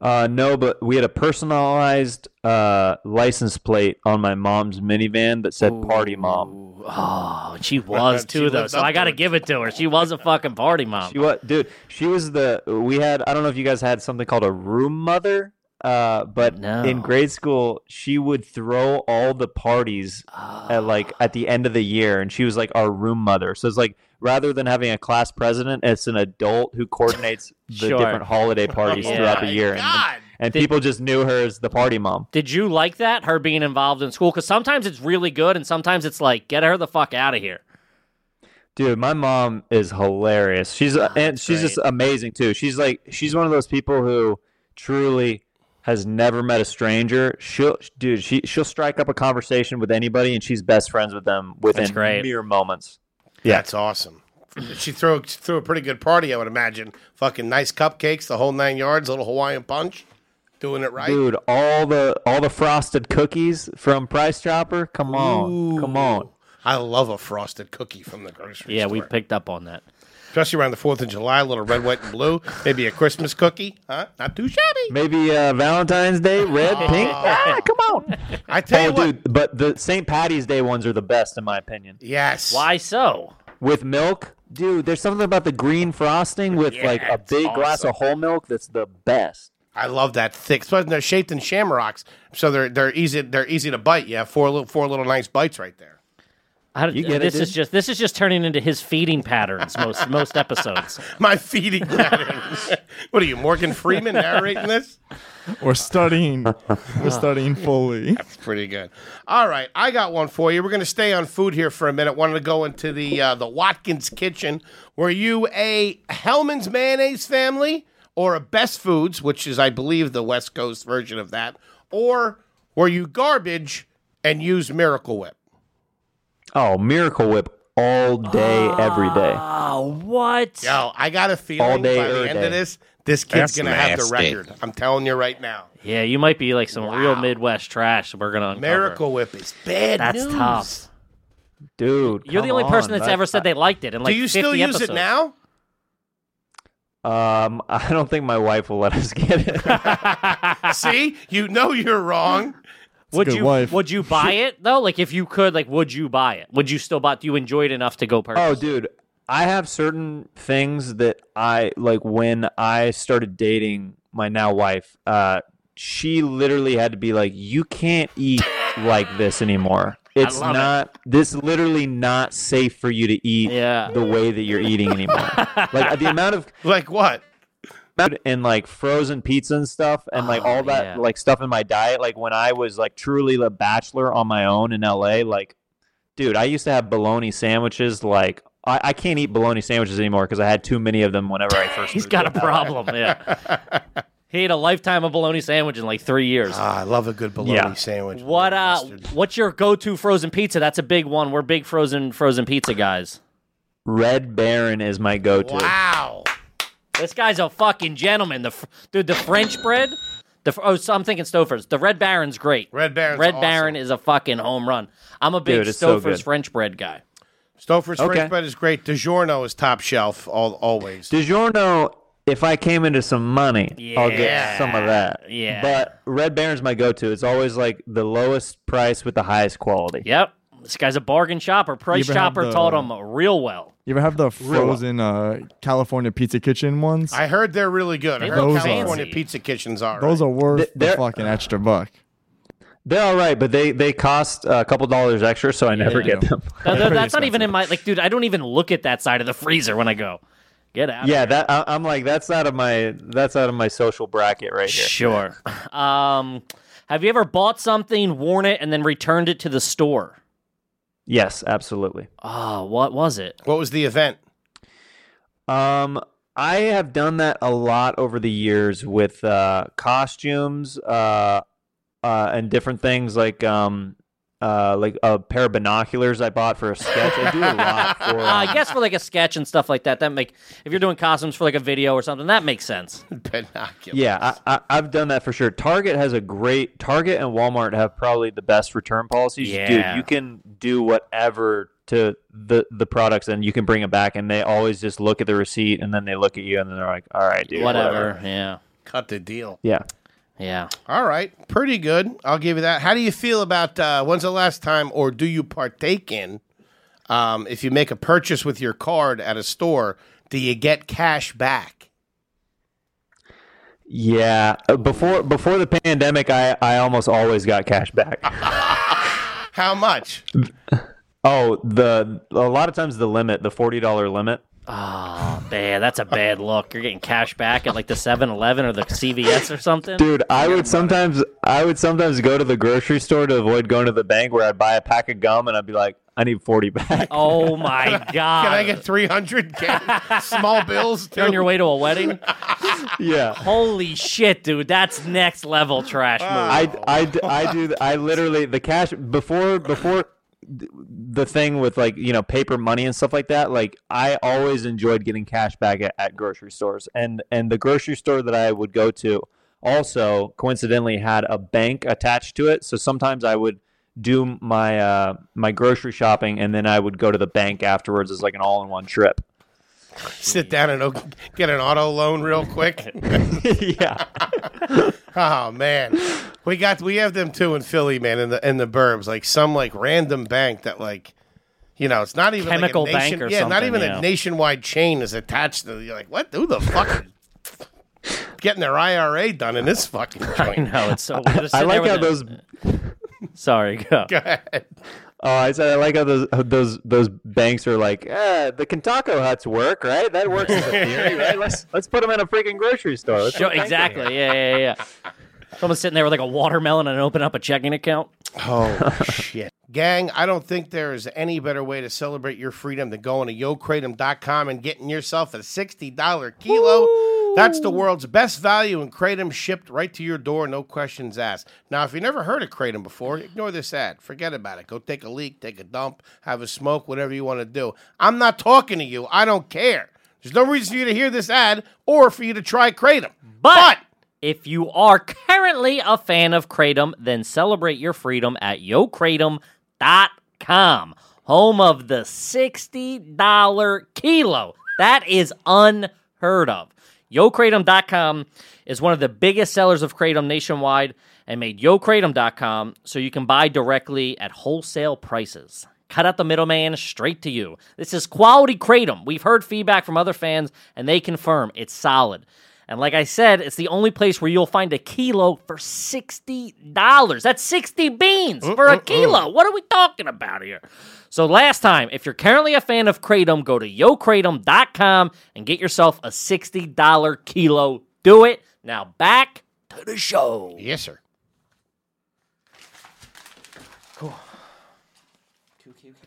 Uh, no, but we had a personalized uh, license plate on my mom's minivan that said "Party Mom."
Oh, she was
She
too though,
lived
so
up
I got to
to it.
give it to her. She was a fucking party mom.
She what, dude? She was the we had. I don't know if you guys had something called a room mother, uh, but
No.
in grade school she would throw all the parties
Ah.
at like at the end of the year, and she was like our room mother. So it's like rather than having a class president, it's an adult who coordinates the
Sure.
different holiday parties
Yeah.
throughout the
My
year, and,
God.
and people just knew her as the party mom.
Did you like that her being involved in school? Because sometimes it's really good, and sometimes it's like get her the fuck out of here.
Dude, my mom is hilarious. She's and she's just amazing too. She's like she's one of those people who truly has never met a stranger. She'll dude, she she'll strike up a conversation with anybody and she's best friends with them within
great.
mere moments.
That's awesome. She threw she threw a pretty good party, I would imagine. Fucking nice cupcakes, the whole nine yards, little Hawaiian punch, doing it right.
Dude, all the all the frosted cookies from Price Chopper. Come on. Come on.
I love a frosted cookie from the grocery
Yeah,
store.
we picked up on that.
especially around the Fourth of July, a little red, white, and blue. Maybe a Christmas cookie, huh? Not too shabby.
Maybe uh, Valentine's Day, red, pink. Ah, come on.
I tell
Oh,
you what.
dude, but the St. Patty's Day ones are the best in my opinion.
Yes.
Why so?
with milk. Dude, there's something about the green frosting with like a big glass of whole milk that's the best.
I love that thick. Especially they're shaped in shamrocks, so they're they're easy they're easy to bite. You have four little four little nice bites right there.
How did,
You get it,
this is
dude?
just this is just turning into his feeding patterns most most episodes.
My feeding patterns. what are you, Morgan Freeman narrating this?
We're studying. We're studying fully.
Pretty good. All right, I got one for you. We're going to stay on food here for a minute. Wanted to go into the uh, the Watkins Kitchen. Were you a Hellman's mayonnaise family, or a Best Foods, which is I believe the West Coast version of that, or were you garbage and used Miracle Whip?
Oh, Miracle Whip all day, every day.
Oh, what?
Yo, I got a feeling
All day,
by
every
the end
day.
of this, this kid's
That's
going to have the
nasty.
record. I'm telling you right now.
Yeah, you might be like some real Midwest trash. We're gonna uncover.
Miracle Whip is bad
That's
news.
tough.
Dude,
You're the
come
only person
on,
that's ever said they liked it. In like
Do you
50
still use it
episodes.
now?
Um, I don't think my wife will let us get it.
See, you know you're wrong.
Would
good
you
wife.
would you buy it though? Like if you could, like would you buy it? Would you still buy? Do you enjoy it enough to go purchase?
oh, dude, I have certain things that I like. When I started dating my now wife, uh, she literally had to be like, "You can't eat like this anymore. It's
love it.
not. This literally not safe for you to eat
Yeah.
the way that you're eating anymore. like the amount of
Like what?
food and like frozen pizza and stuff and like
Oh,
all that
yeah.
like stuff in my diet like when i was like truly a bachelor on my own in la like dude i used to have bologna sandwiches like i, I can't eat bologna sandwiches anymore because i had too many of them whenever i first
He's
moved
got
to
a
LA.
problem. Yeah. he ate a lifetime of bologna sandwich in like three years.
Ah, I love a good bologna
Yeah.
sandwich.
what uh?
Mustard.
What's your go-to frozen pizza? That's a big one. We're big frozen frozen pizza guys.
red baron is my go-to
Wow.
This guy's a fucking gentleman. The fr- dude, the French bread. The fr- oh, so I'm thinking Stouffer's. The Red Baron's great.
Red Baron's
Red
awesome.
Baron is a fucking home run. I'm a big
Dude, it's so
Stouffer's
good.
French bread guy.
Stouffer's
Okay.
French bread is great. DiGiorno is top shelf, all, always.
DiGiorno, if I came into some money, I'll
Yeah,
get some of that.
yeah.
But Red Baron's my go-to. It's always like the lowest price with the highest quality.
Yep. This guy's a bargain shopper. Price
You ever have
shopper
the-
taught him real well.
You ever have the
Real.
frozen uh, California Pizza Kitchen ones?
I heard they're really good. I
They
heard
look
California
fancy.
pizza kitchens are.
Those are worth
Th-
the
they're-
fucking extra buck.
They're all right, but they they cost a couple dollars extra, so I never
Yeah.
get them.
No, no,
pretty
that's not even
expensive.
in my like, dude. I don't even look at that side of the freezer when I go. Get out.
yeah, that I, I'm like that's out of my that's out of my social bracket right here.
Sure. um, have you ever bought something, worn it, and then returned it to the store?
Yes, absolutely.
Oh, what was it?
what was the event?
Um, I have done that a lot over the years with uh, costumes uh, uh, and different things like um, uh, like a pair of binoculars I bought for a sketch. I do a lot for. um,
Uh, I guess for like a sketch and stuff like that. That make if you're doing costumes for like a video or something, that makes sense.
Binoculars.
Yeah, I, I, I've done that for sure. Target has a great Target and Walmart have probably the best return policies.
Yeah.
Dude, you can do whatever to the the products, and you can bring it back, and they always just look at the receipt, and then they look at you, and then they're like, "All right, dude,
whatever. Yeah.
Cut the deal.
Yeah,
Yeah.
All right. Pretty good. I'll give you that. How do you feel about uh, when's the last time or do you partake in um, if you make a purchase with your card at a store, do you get cash back?
yeah. Uh, Before before the pandemic, I I almost always got cash back.
How much?
oh, the a lot of times the limit, the forty dollar limit.
Oh man, that's a bad look. You're getting cash back at like the 7-Eleven or the CVS or something.
Dude, I would sometimes I would sometimes go to the grocery store to avoid going to the bank where I'd buy a pack of gum and I'd be like, I need forty back.
Oh my god.
Uh,
Can I get 300 Can- small bills?
You're on
too?
your way to a wedding?
yeah.
Holy shit, dude. That's next level trash move.
I, I, d- I do th- I literally the cash before before th- the thing with like you know paper money and stuff like that like I always enjoyed getting cash back at, at grocery stores and and the grocery store that I would go to also coincidentally had a bank attached to it so sometimes I would do my uh, my grocery shopping and then I would go to the bank afterwards as like an all in one trip
sit down and o- get an auto loan real quick.
yeah
Oh man, we got we have them too in Philly, man, in the in the burbs, like some like random bank that like, you know, it's not even like, a
Chemical bank
nation-
or
yeah, not
something,
even
yeah.
a nationwide chain is attached to. You're like, what? Who the fuck? is Getting their IRA done in this fucking
I
joint.
know it's so. weird. Just
I
sitting there
like
with
how
the-
those
Sorry, go.
Go ahead.
Oh, I said I like how those how those those banks are like eh, the Kentucky huts work, right? That works as a theory, right? Let's let's put them in a freaking grocery store. Let's
Sure, exactly. Yeah, yeah, yeah. Someone's sitting there with like a watermelon and open up a checking account.
Oh shit. Gang, I don't think there is any better way to celebrate your freedom than going to yokratom.com and getting yourself a $60 kilo. That's the world's best value in kratom shipped right to your door, no questions asked. Now, if you never heard of kratom before, ignore this ad. Forget about it. Go take a leak, take a dump, have a smoke, whatever you want to do. I'm not talking to you. I don't care. There's no reason for you to hear this ad or for you to try kratom.
But if you are currently a fan of Kratom, then celebrate your freedom at yokratom.com, home of the $60 kilo. That is unheard of. YoKratom.com is one of the biggest sellers of Kratom nationwide and made YoKratom.com so you can buy directly at wholesale prices. Cut out the middleman straight to you. This is quality Kratom. We've heard feedback from other fans and they confirm it's solid. And like I said, it's the only place where you'll find a kilo for $60. That's 60 beans for a kilo. What are we talking about here? So last time, if you're currently a fan of Kratom, go to yokratom.com and get yourself a $60 kilo. Do it. Now back to the show.
Yes, sir.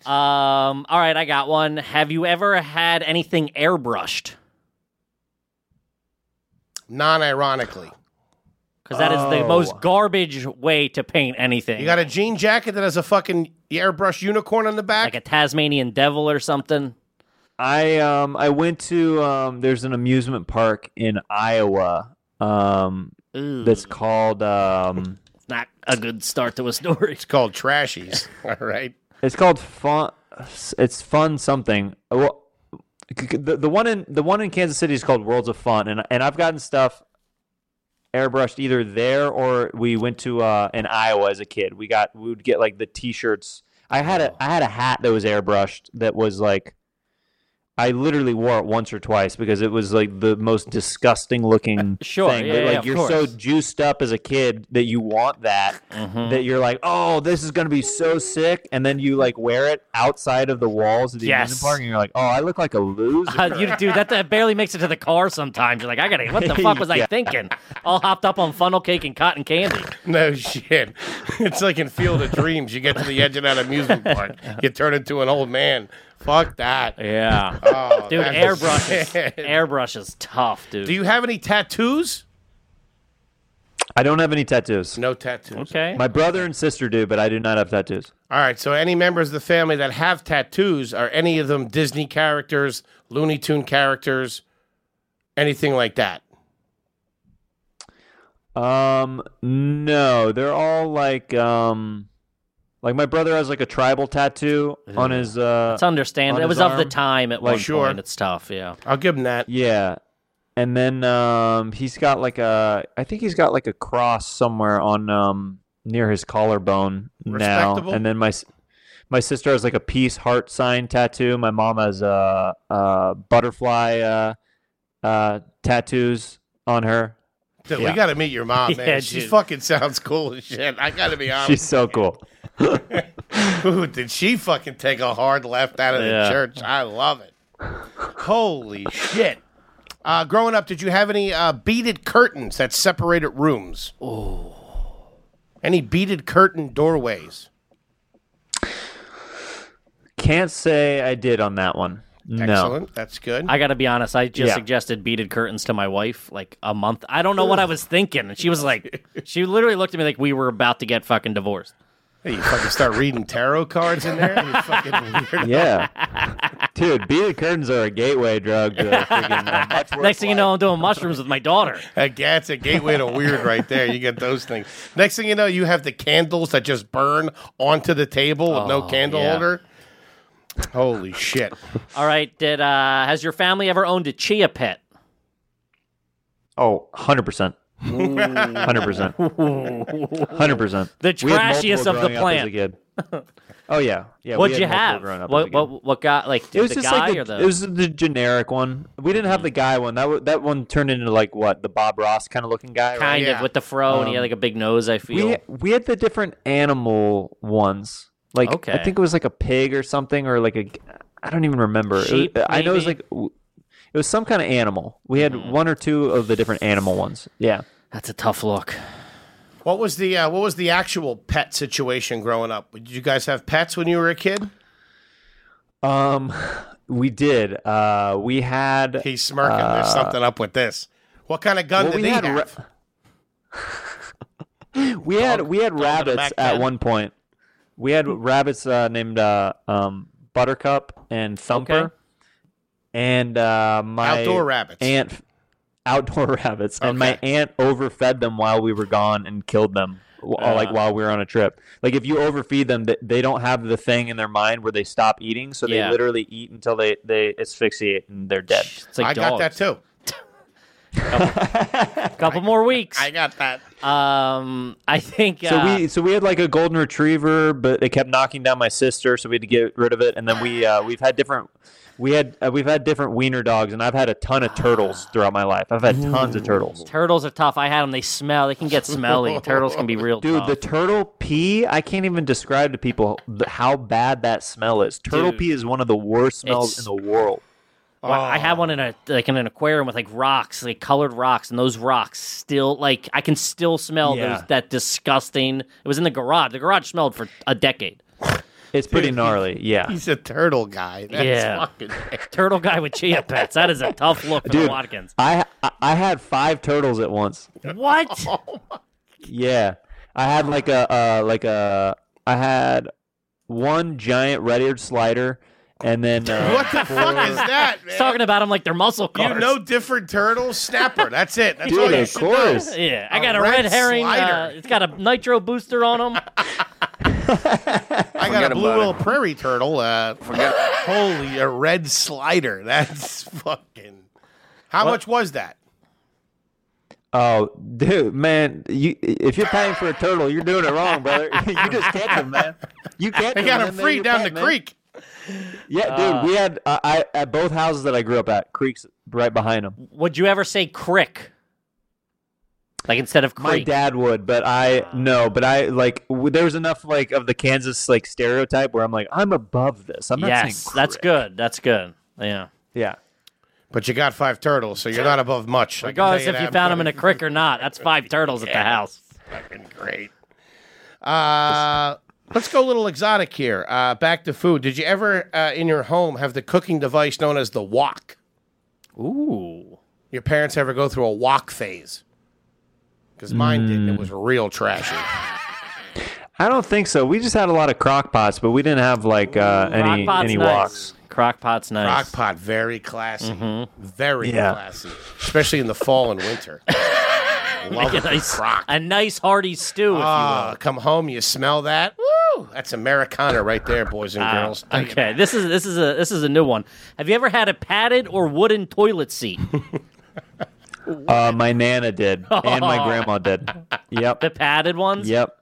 Um, all right, I got one. Have you ever had anything airbrushed?
Non ironically.
Because that is the most garbage way to paint anything.
You got a jean jacket that has a fucking airbrush unicorn on the back?
like a Tasmanian devil or something.
I um I went to um there's an amusement park in Iowa um that's called um
It's not a good start to a story.
It's called Trashies. All right.
it's called fun it's fun something. Uh, Well, c- c- the, the one in the one in Kansas City is called Worlds of Fun and and I've gotten stuff airbrushed either there or we went to uh in Iowa as a kid. We got we would get like the t-shirts. I had a I had a hat that was airbrushed that was like I literally wore it once or twice because it was like the most disgusting looking
Uh, Sure,
thing.
yeah,
But,
yeah,
like
of
you're so
course.
juiced up as a kid that you want that that you're like, "Oh, this is going to be so sick." And then you like wear it outside of the walls of the
Yes.
amusement park and you're like, "Oh, I look like a loser."
Uh, you dude, that, that barely makes it to the car. Sometimes you're like, I gotta. What the fuck was I thinking? All hopped up on funnel cake and cotton candy.
No shit. It's like in Field of Dreams. You get to the edge of that amusement park, you turn into an old man. Fuck that.
Yeah,
Oh,
dude,
that's
airbrush. Is,
sad.
airbrush is tough, dude.
Do you have any tattoos?
I don't have any tattoos.
No tattoos.
okay.
My brother and sister do, but I do not have tattoos.
All right. So, any members of the family that have tattoos, are any of them Disney characters, Looney Tune characters, anything like that?
Um, no, they're all like, um, like my brother has like a tribal tattoo on his, uh,
it's understandable.
on
It was
his
of the
arm?
time at one
sure.
point. It's tough. Yeah.
I'll give them that.
yeah. And then, um, he's got like a, I think he's got like a cross somewhere on, um, near his collarbone now.
Respectable.
And then my, s- my sister has like a peace heart sign tattoo. My mom has, uh, uh, butterfly, uh, uh, tattoos on her.
Dude,
Yeah.
We got to meet your mom, man.
Yeah,
she
dude.
fucking sounds cool as shit. I got to be honest.
She's so cool.
Ooh, did she fucking take a hard left out of the
Yeah.
church? I love it. Holy shit. Uh, growing up, did you have any uh, beaded curtains that separated rooms? Oh. Any beaded curtain doorways?
Can't say I did on that one. No.
Excellent. That's good.
I gotta be honest. I just
Yeah.
suggested beaded curtains to my wife like a month. I don't know what I was thinking, and she was like, she literally looked at me like we were about to get fucking divorced.
Hey, you fucking start reading tarot cards in there? You fucking weirdo.
Yeah. Dude, beaded curtains are a gateway drug to freaking uh, much worse
Next thing you
life.
know, I'm doing mushrooms with my daughter.
Uh, That's a gateway to weird right there. You get those things. Next thing you know, you have the candles that just burn onto the table with no
Oh,
candle
yeah.
holder. Holy shit.
All right, did uh, has your family ever owned a chia pet?
Oh, 100%. 100%. 100%.
The
We had multiple
trashiest of the
growing up as a
plant.
kid. Oh yeah. Yeah, we
What'd
had
you
multiple
have?
growing up as a
What,
kid.
what what got like
it was
the
just
guy
like
or
the,
the
it was the generic one. We didn't have the guy one. That w- that one turned into like what the Bob Ross kind of looking guy. right?
kind
Yeah.
of with the fro and he had like a big nose. I feel
We we had the different animal ones. Like
Okay.
I think it was like a pig or something, or like a I don't even remember. It was-
Sheep,
I know it was
maybe? Hmm.
like w- it was some kind of animal. We had one or two of the different animal ones. Yeah.
That's a tough look.
What was the uh, what was the actual pet situation growing up? Did you guys have pets when you were a kid?
Um, we did. Uh, we had
He's smirking. There's something up with this. What kind of gun
Well,
did
we
they
had
have?
ra- we had we had
at a
rabbits
Mac
at
10.
one point. We had rabbits uh, named uh, um, Buttercup and Thumper,
Okay.
and uh, my
Outdoor rabbits.
Aunt outdoor rabbits, and my
Okay.
aunt overfed them while we were gone and killed them. w- uh, like
Uh.
while we were on a trip, like if you overfeed them, they, they don't have the thing in their mind where they stop eating, so they
Yeah.
literally eat until they they asphyxiate and they're dead.
It's like
I got that
dogs.
too.
A couple more weeks.
I got that.
um, I think. Uh,
So we so we had like a golden retriever, but it kept knocking down my sister, so we had to get rid of it. And then we uh, we've had different we had uh, we've had different wiener dogs, and I've had a ton of turtles throughout my life. I've had tons of turtles.
turtles are tough. I had them. They smell. They can get smelly. turtles can be real
Dude,
tough.
the turtle pee, I can't even describe to people th- how bad that smell is. Turtle
Dude.
pee is one of the worst smells
It's-
in the world.
Well, I had one in a like in an aquarium with like rocks, like colored rocks, and those rocks still like I can still smell
Yeah.
those that disgusting. It was in the garage. The garage smelled for a decade.
It's pretty gnarly. Yeah.
He's a turtle guy. That's
Yeah.
fucking-
Turtle guy with chia pets. That is a tough look for
Dude.
Watkins.
I I- I had 5 turtles at once.
What?
Oh.
Yeah, I had like a uh, like a I had one giant red-eared slider, and then uh,
What the fuck is that, man?
He's talking about them like they're muscle cars.
you know different turtles? Snapper. That's it. That's all
dude,
you
of
should
course,
Yeah, I
A
got a
red
red herring. Uh,
slider.
it's got a nitro booster on them.
know. I got a
Forget
blue
about it.
little prairie turtle. Uh, forget. Holy, a red slider. That's fucking. How much was that?
oh, dude, man, you if you're paying for a turtle, you're doing it wrong, brother. you just catch them, man. You catch
They
them,
got
and
him
then they're
free
your
down
pet,
the
man.
creek.
Yeah, dude, we had uh, I at both houses that I grew up at, creeks right behind them.
Would you ever say crick? Like instead of
My
creek.
dad would, but I no, but I like w- there was enough like of the Kansas like stereotype where I'm like I'm above this. I'm not
yes,
saying
that's
crick.
good. That's good. Yeah.
Yeah.
But you got five turtles, so you're not above much. I can tell
Regardless if
that.
you
I'm
found them in
fucking-
a crick or not, that's five turtles at the house.
Fucking great. Uh, let's go a little exotic here. Uh, back to food. Did you ever uh, in your home have the cooking device known as the wok?
Ooh.
Your parents ever go through a wok phase? Because mine didn't. It was real trashy.
I don't think so. We just had a lot of crock pots, but we didn't have like uh, any
Crockpot's
any
nice.
walks.
Crockpot's nice.
Crock pot, very classy.
Mm-hmm.
Very
Yeah.
classy. Especially in the fall and winter. Love
a
it.
nice,
crock.
a nice hearty stew, if
Ah, come home, you smell that. Woo! That's Americana right there, boys and girls.
you
Tell
will.
you
Ah, Okay, this is this is a this is a new one. Have you ever had a padded or wooden toilet seat?
Uh, my nana did, and my grandma did. Yep,
The padded ones?
yep,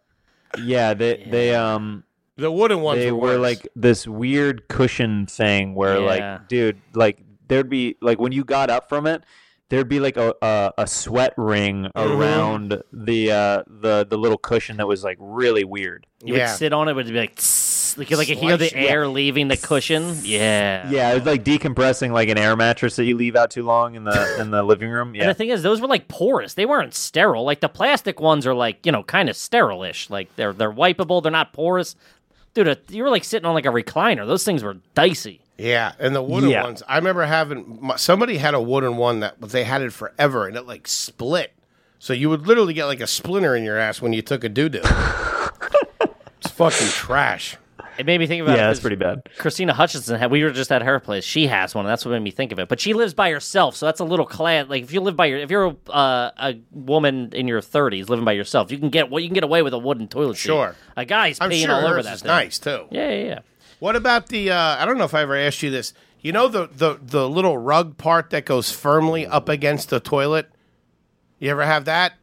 yeah. They they um
The wooden ones
they
were
were
worse.
like this weird cushion thing where
Yeah.
like dude like there'd be like when you got up from it there'd be like a a, a sweat ring
Mm-hmm.
around the uh the the little cushion that was like really weird.
You
Yeah.
would sit on it, would be like, "Tss," like you like you hear the
Slice, yeah.
air leaving the cushion. Yeah.
Yeah, it was like decompressing like an air mattress that you leave out too long in the in the living room. Yeah.
And the thing is, those were like porous. They weren't sterile. Like the plastic ones are like you know kind of sterile-ish. Like they're they're wipeable. They're not porous. Dude, a, you were like sitting on like a recliner. Those things were dicey.
Yeah, and the wooden
Yeah.
ones. I remember having my- somebody had a wooden one that but they had it forever, and it like split. So you would literally get like a splinter in your ass when you took a doo doo. it's fucking trash.
It made me think about it
yeah, that's
'cause
pretty bad.
Christina Hutchinson had. We were just at her place. She has one. And that's what made me think of it. But she lives by herself, so that's a little class. Like if you live by your, if you're a, uh, a woman in your thirties living by yourself, you can get what you can get away with a wooden toilet seat.
Sure.
a guy's
I'm
peeing
sure
all over
hers
that
is
thing.
nice too.
Yeah, yeah, yeah.
What about the? Uh, I don't know if I ever asked you this. You know the the the little rug part that goes firmly up against the toilet. You ever have that?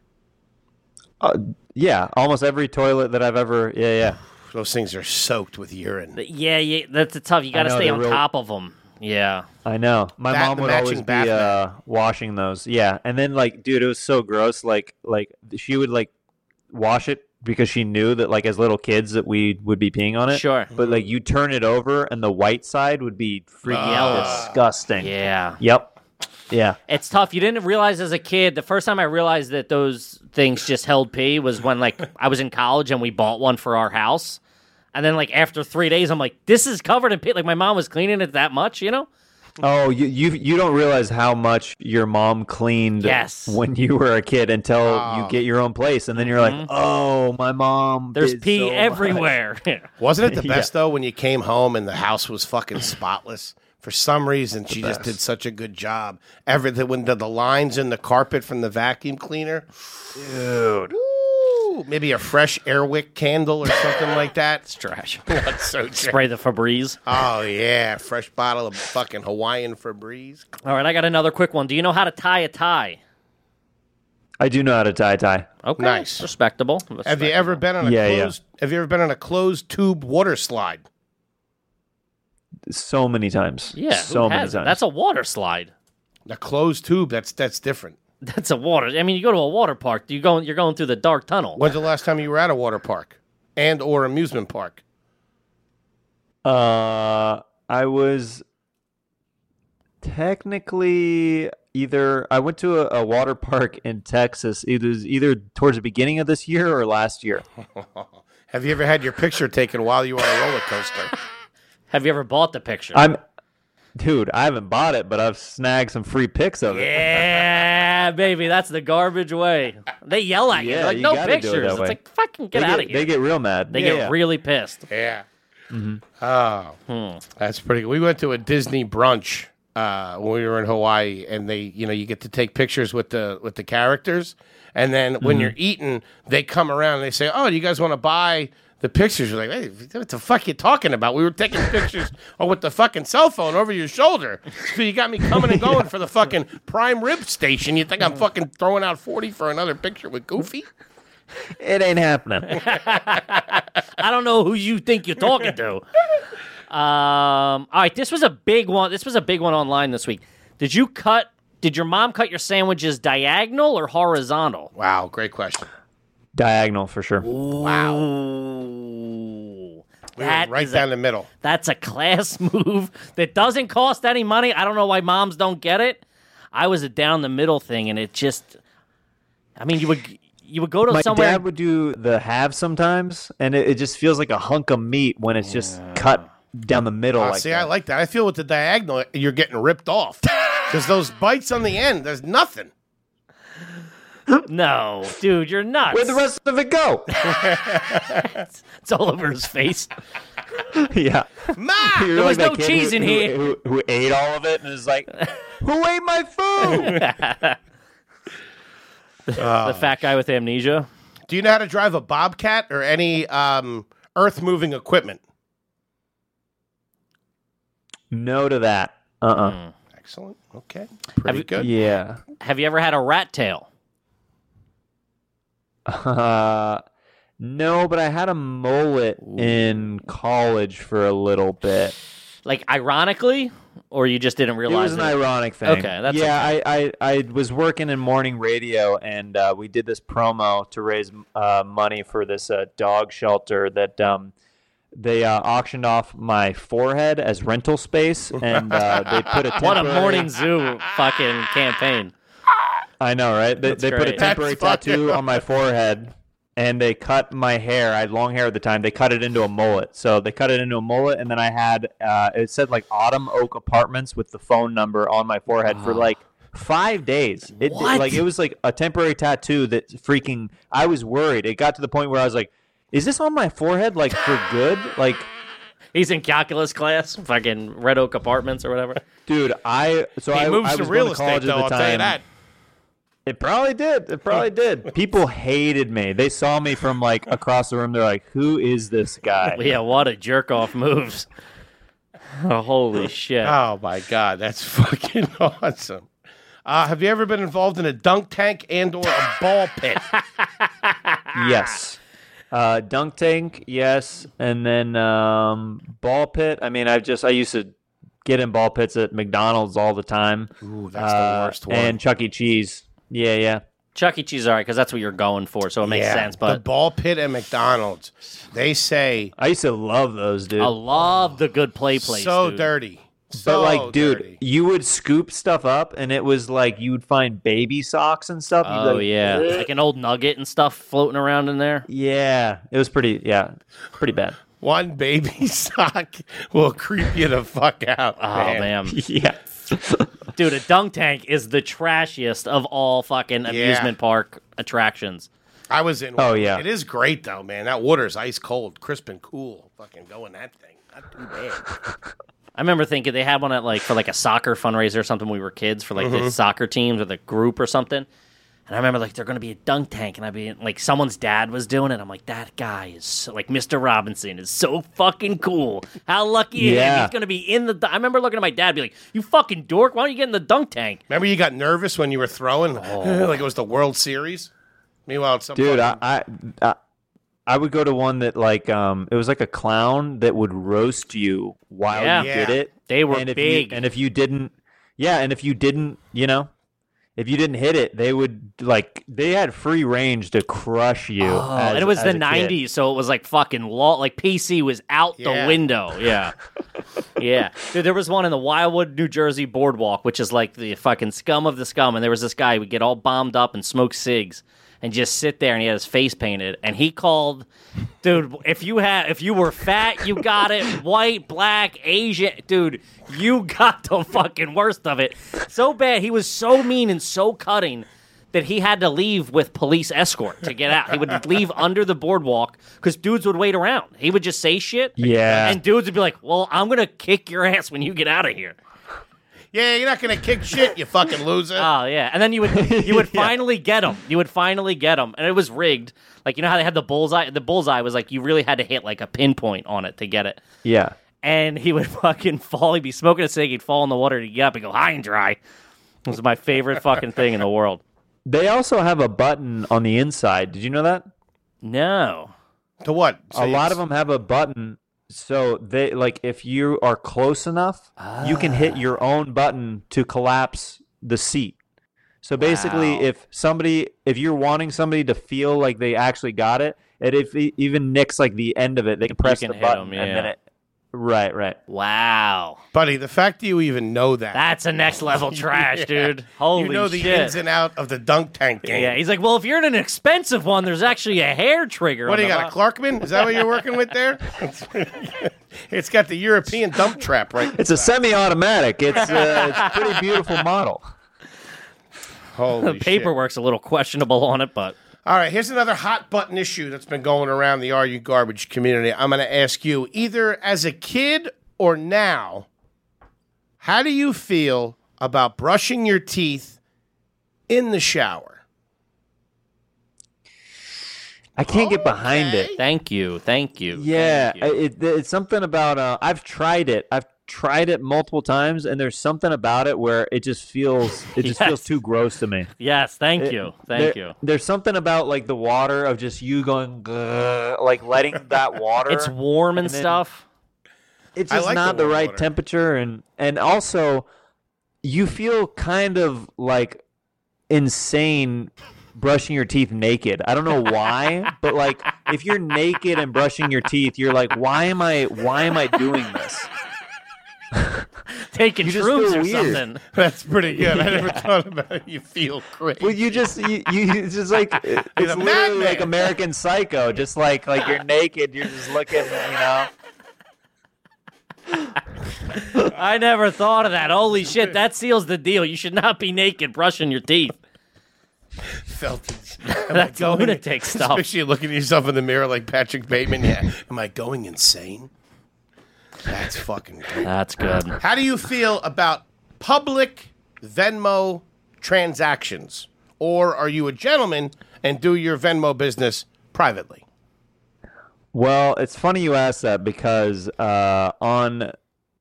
Yeah, almost every toilet that I've ever. Yeah, yeah.
Those things are soaked with urine.
But yeah, yeah. That's a tough. You got to
know,
stay
they're
on
real-
top of them. Yeah.
I know. My
That and
mom
the
would
matching
always be
bath mat.
uh, washing those. Yeah, and then like, dude, it was so gross. Like, like she would like wash it because she knew that like as little kids that we would be peeing on it.
Sure.
But like you turn it over and the white side would be freaking
Ah.
disgusting.
Yeah.
Yep. Yeah.
It's tough. You didn't realize as a kid. The first time I realized that those things just held pee was when like I was in college and we bought one for our house. And then like after three days, I'm like, this is covered in pee. Like my mom was cleaning it that much, you know?
Oh, you you you don't realize how much your mom cleaned
Yes.
when you were a kid until
Ah.
you get your own place, and then you're like, oh, my mom.
Mm-hmm. There's
did
pee
so much."
everywhere.
Wasn't it the best though when you came home and the house was fucking spotless? For some reason, she just did such a good job. Everything when the, the lines in the carpet from the vacuum cleaner, dude. Woo, maybe a fresh Airwick candle or something like that. It's trash. That's so trash.
Spray the Febreze.
Oh yeah, fresh bottle of fucking Hawaiian Febreze.
All right, I got another quick one. Do you know how to tie a tie?
I do know how to tie a tie.
Okay.
Nice.
Respectable.
Have you ever been on a
Yeah, yeah.
closed? Have you ever been on a closed tube water slide?
So many times.
Yeah. who
So many
hasn't?
times.
That's a water slide.
A closed tube. That's that's different.
That's a water. I mean, you go to a water park. You going? You're going through the dark tunnel.
When's the last time you were at a water park and or amusement park?
Uh, I was technically either I went to a, a water park in Texas. It was either towards the beginning of this year or last year.
Have you ever had your picture taken while you were on a roller coaster?
Have you ever bought the picture?
I'm, dude, I haven't bought it, but I've snagged some free pics of it.
yeah, baby. That's the garbage way. They yell at you.
Yeah,
They're like
you
no
gotta do it
pictures.
that
it's
way.
like fucking get
They
out
get-
of here.
They get real mad.
They
Yeah,
get
yeah.
really pissed.
yeah. Oh, that's pretty. good. We went to a Disney brunch uh, when we were in Hawaii, and they, you know, you get to take pictures with the with the characters, and then when you're eating, they come around and they say, "Oh, do you guys want to buy?" The pictures You're like, hey, what the fuck you talking about? We were taking pictures or with the fucking cell phone over your shoulder. So you got me coming and going for the fucking prime rib station. You think I'm fucking throwing out 40 for another picture with Goofy?
It ain't happening.
I don't know who you think you're talking to. Um, all right, this was a big one. This was a big one online this week. Did you cut? Did your mom cut your sandwiches diagonal or horizontal?
Wow, great question.
Diagonal for sure.
Ooh,
We
that
went right
is a-
down the middle.
that's a class move that doesn't cost any money. I don't know why moms don't get it. I was a down the middle thing, and it just. I mean, you would you would go to
My
somewhere.
dad would do the half sometimes, and it, it just feels like a hunk of meat when it's just cut down the middle.
Uh,
like
see,
that.
I like that. I feel with the diagonal, you're getting ripped off because those bites on the end, there's nothing.
no, dude, you're nuts.
Where'd the rest of it go?
it's all over his face.
yeah.
Ma,
You're
There was
like that
no
kid
cheese
who-
in
who-
here.
Who, who ate all of it and is like, who ate my food?
the fat guy with amnesia.
do you know how to drive a bobcat or any um, earth moving equipment?
no to that. Uh uh
Excellent. Okay. Pretty
you-
good.
Yeah.
Have you ever had a rat tail?
Uh, no, but I had a mullet in college for a little bit.
Like ironically, or you just didn't
It was
realize
an
it?
ironic thing.
Okay, that's
yeah. I, I I was working in morning radio, and uh, we did this promo to raise uh, money for this uh, dog shelter that um, they uh, auctioned off my forehead as rental space, and uh, they put a
what a
temporary-
morning zoo fucking campaign.
I know, right? They, they put a
great.
temporary
That's fucking-
tattoo on my forehead, and they cut my hair. I had long hair at the time. They cut it into a mullet. So they cut it into a mullet, and then I had uh, it said like Autumn Oak Apartments with the phone number on my forehead for like five days. It,
What?
Like it was like a temporary tattoo that freaking. I was worried. It got to the point where I was like, "Is this on my forehead like for good?" Like.
He's in calculus class, fucking Red Oak Apartments or whatever.
Dude, I so
He
I,
moves
I
to
was
real
going to
estate,
college
though.
at the
I'll tell you
time.
that.
It probably did. It probably did. People hated me. They saw me from like across the room. They're like, "Who is this guy?"
Yeah, what a jerk off moves. Oh, holy
Uh,
shit.
Oh my god, that's fucking awesome. Uh, have you ever been involved in a dunk tank and or a ball pit?
Yes. Uh, dunk tank. Yes. And then um, ball pit. I mean, I just I used to get in ball pits at McDonald's all the time.
Ooh, that's the
Uh,
worst one.
And Chuck E. Cheese. Yeah, yeah.
Chuck E. Cheese, all right, because that's what you're going for, so it makes
Yeah,
sense.
the
But
ball pit at McDonald's, they say
I used to love those, dude.
I love the good play place.
so
dude.
dirty.
But
So
like, dude,
dirty.
you would scoop stuff up, and it was like you would find baby socks and stuff. You'd be
Oh
like,
yeah, like an old nugget and stuff floating around in there.
yeah. It was pretty, yeah, pretty bad.
one baby sock will creep you the fuck out.
Oh
man.
man,
yeah,
dude, a dunk tank is the trashiest of all fucking amusement park attractions.
I was in.
Oh, yeah.
it is great though, man. That water's ice cold, crisp and cool. Fucking go in that thing. Not too bad.
I remember thinking they had one at like for like a soccer fundraiser or something. when We were kids for like
Mm-hmm.
the soccer teams or the group or something. And I remember like they're gonna be a dunk tank, and I'd be like, someone's dad was doing it. I'm like, that guy is so, like Mr. Robinson is so fucking cool. How lucky yeah.
Yeah.
he's gonna be in the. I remember looking at my dad, and be like, you fucking dork, why don't you get in the dunk tank?
Remember, you got nervous when you were throwing,
Oh.
like it was the World Series. Meanwhile, it's some
dude. I,
fucking-
I, I, I would go to one that like, um, it was like a clown that would roast you while
Yeah.
you
Yeah.
did it.
They were
and if
big.
You, and if you didn't, yeah, and if you didn't, you know, if you didn't hit it, they would like they had free range to crush you.
Oh,
as-
and it was
as
the
a kid.
'90s, so it was like fucking law. Like PC was out
Yeah.
the window. Yeah, yeah. Dude, there was one in the Wildwood, New Jersey boardwalk, which is like the fucking scum of the scum. And there was this guy who would get all bombed up and smoke cigs and just sit there, and he had his face painted. And he called, dude. If you had, if you were fat, you got it. White, black, Asian, dude, you got the fucking worst of it. So bad. He was so mean and so cutting that he had to leave with police escort to get out. He would leave under the boardwalk because dudes would wait around. He would just say shit.
Yeah.
And dudes would be like, well, I'm going to kick your ass when you get out of here.
yeah, you're not gonna kick shit, you fucking loser.
Oh, yeah. And then you would you would finally get him. You would finally get him. And it was rigged. Like, you know how they had the bullseye? The bullseye was like, you really had to hit like a pinpoint on it to get it.
Yeah.
And he would fucking fall. He'd be smoking a cig. He'd fall in the water. and He'd get up and go high and dry. It was my favorite fucking thing in the world.
They also have a button on the inside. Did you know that?
No.
to what? So
a lot
it's-
of them have a button, so they like if you are close enough, you can hit
Ah.
your own button to collapse the seat. So basically,
Wow.
if somebody, if you're wanting somebody to feel like they actually got it, and if it even nicks like the end of it, they can press
can
the
hit
button
'em,
and then
yeah.
it. Right, right.
Wow.
buddy. The fact that you even know that,
That's a next level trash,
Yeah.
dude. Holy
you know the
shit.
ins and out of the dunk tank game.
yeah, he's like, well, if you're in an expensive one, there's actually a hair trigger.
What
on
do you
the
got? A
bo-
Clarkman? Is that what you're working with there? it's got the European dump trap right
It's a semi-automatic. It's uh, it's a pretty beautiful model.
Holy
The
shit.
paperwork's a little questionable on it, but
All right, here's another hot button issue that's been going around the RU garbage community. I'm going to ask you either as a kid or now, how do you feel about brushing your teeth in the shower?
I can't get behind it.
thank you, thank you.
Yeah,
thank
I-
you.
it, it's something about. Uh, I've tried it. I've tried it multiple times, and there's something about it where it just feels. It just feels
Yes.
too gross to me.
yes, thank
It-
you, thank
there-
you.
There's something about like the water of just you going, "Grr," like letting that water.
It's warm and,
And then-
stuff.
it's
I
just
like the
not the,
warm
right
water.
temperature, and and also, you feel kind of like insane brushing your teeth naked. I don't know why, but like if you're naked and brushing your teeth, you're like, why am I? Why am I doing this?
Taking
You just
shrooms
feel
or
weird.
something.
That's pretty good. I never thought about it. You feel great.
Well, you just you, you it's just like it's
He's a
literally
madman.
like American Psycho, just like like you're naked, you're just looking, you know.
I never thought of that. Holy shit, that seals the deal. You should not be naked brushing your teeth.
felt it.
That's lunatic stuff.
Especially looking at yourself in the mirror like Patrick Bateman. Yeah. Am I going insane? That's fucking great.
That's good.
How do you feel about public Venmo transactions? Or are you a gentleman and do your Venmo business privately?
Well, it's funny you ask that because uh, on uh,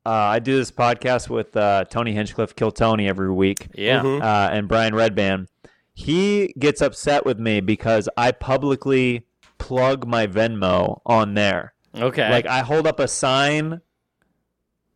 I do this podcast with uh, Tony Hinchcliffe, Kill Tony, every week.
Yeah.
uh, and Brian Redband, he gets upset with me because I publicly plug my Venmo on there.
Okay.
Like I hold up a sign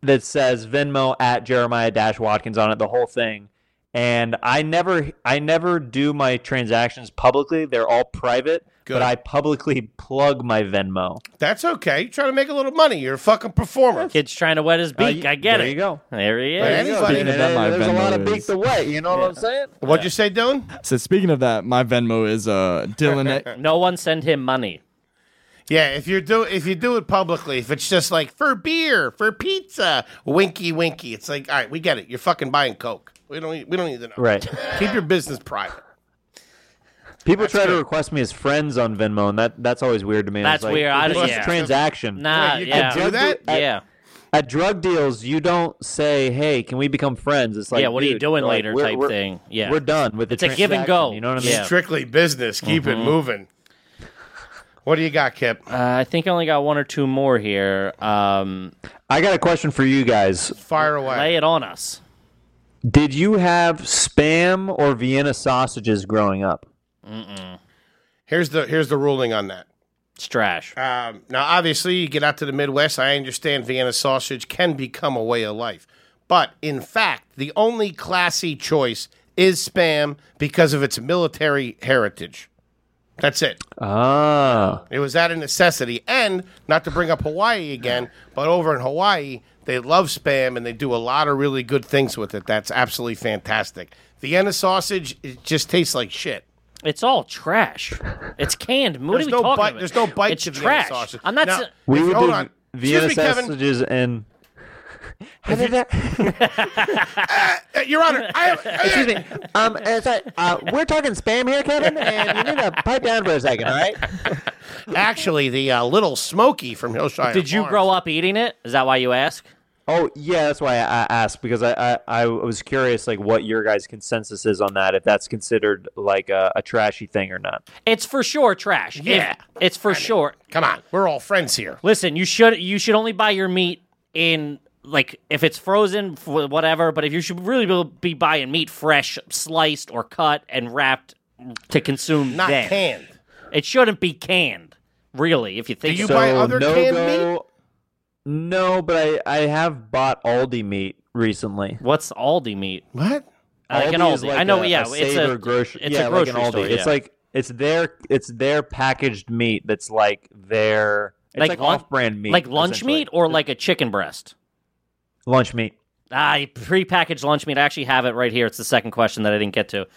that says Venmo at Jeremiah Dash Watkins on it, the whole thing, and I never I never do my transactions publicly. They're all private,
Good.
but I publicly plug my Venmo.
That's okay. You're trying to make a little money. You're a fucking performer.
Kid's trying to wet his
Uh,
beak.
y-
I get
there
it.
you go.
There he
But
is.
anybody-
Speaking of that, my
there's a lot of
Venmo
beak
is-
to wet. You know what I'm saying?
What'd you say, Dylan?
So speaking of that, my Venmo is uh Dylan. A-
No one send him money.
Yeah, if you do if you do it publicly, if it's just like for beer, for pizza, winky winky, it's like all right, we get it. You're fucking buying coke. We don't need- we don't need to know.
Right.
Keep your business private.
People try to request me as friends on Venmo, and that that's always weird to me. And
That's
it's like,
weird. I
this
don't-
is
yeah.
transaction.
Nah,
Wait, you
yeah.
can do that?
Yeah.
At drug deals, you don't say, "Hey, can we become friends?" It's like,
Yeah, what are you
dude,
doing
like,
later
we're-
type
we're-
thing. Yeah.
we're done with the
It's a give and go.
transaction, You know what I mean?
Yeah.
Strictly business. Keep it moving. What do you got, Kip?
Uh, I think I only got one or two more here. Um,
I got a question for you guys.
Fire away.
lay it on us.
Did you have spam or Vienna sausages growing up?
Here's the here's the ruling on that.
It's trash.
Um, now, obviously, you get out to the Midwest. I understand Vienna sausage can become a way of life, but in fact, the only classy choice is spam because of its military heritage. That's it.
Ah,
It was out of necessity, and not to bring up Hawaii again, but over in Hawaii, they love spam and they do a lot of really good things with it. That's absolutely fantastic. Vienna sausage it just tastes like shit.
It's all trash. It's canned. What
There's
are we
no
talking
bite.
about?
There's no bite
It's
to Vienna
trash.
sausage.
I'm not.
Now-
s-
we
If-
would
hold
do
on.
Vienna
Excuse me, Kevin.
sausages and.
Uh, Your Honor, I,
Excuse me. Um, is that- uh, we're talking spam here, Kevin, and you need to pipe down for a second, all right?
Actually, the uh, little Smoky from Hillshire.
did you grow up eating it? Is that why you ask?
Oh yeah, that's why I I asked because I, I, I was curious like what your guys' consensus is on that if that's considered like a, a trashy thing or not.
It's for sure trash. If-
Yeah.
it's for sure.
Come on, we're all friends here.
Listen, you should you should only buy your meat in like if it's frozen, f- whatever. But if you should really be buying meat fresh, sliced or cut and wrapped to consume.
Not
then.
canned.
It shouldn't be canned, really. If you think
Do you
about
buy other canned
No, but I, I have bought Aldi meat recently.
it. what's Aldi meat?
What?
Uh, like an Aldi.
is like
I know.
a-
yeah,
a
it's
Saver
a
grocery.
It's
yeah,
a grocery
like an Aldi.
store.
It's
yeah.
like it's their it's their packaged meat that's like their it's
Like
like,
lun-
off-brand meat,
like lunch
essentially.
meat or like a chicken breast.
lunch meat.
Ah, prepackaged lunch meat. I actually have it right here. It's the second question that I didn't get to.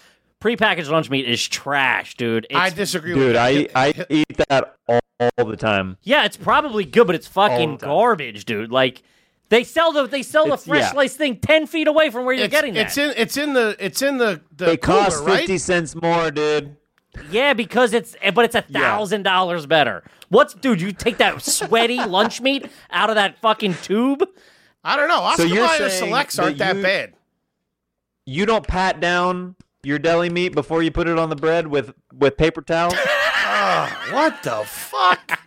Prepackaged lunch meat is trash, dude. It's,
I disagree with
Dude,
you.
I I eat that all, all the time.
yeah, it's probably good, but it's fucking
the time.
garbage, dude. Like they sell the they sell the
It's-
fresh
yeah.
sliced thing ten feet away from where you're
it's,
getting that.
it's in it's in the it's in the the
It costs
cooler,
fifty
right?
cents more, dude.
Yeah, because it's eh, but it's a thousand dollars better. What's dude? You take that sweaty lunch meat out of that fucking tube?
I don't know. Oscar
you're
Mayer
saying
selects
that
aren't that
you-
bad.
You don't pat down your deli meat before you put it on the bread with with paper towel.
What the fuck,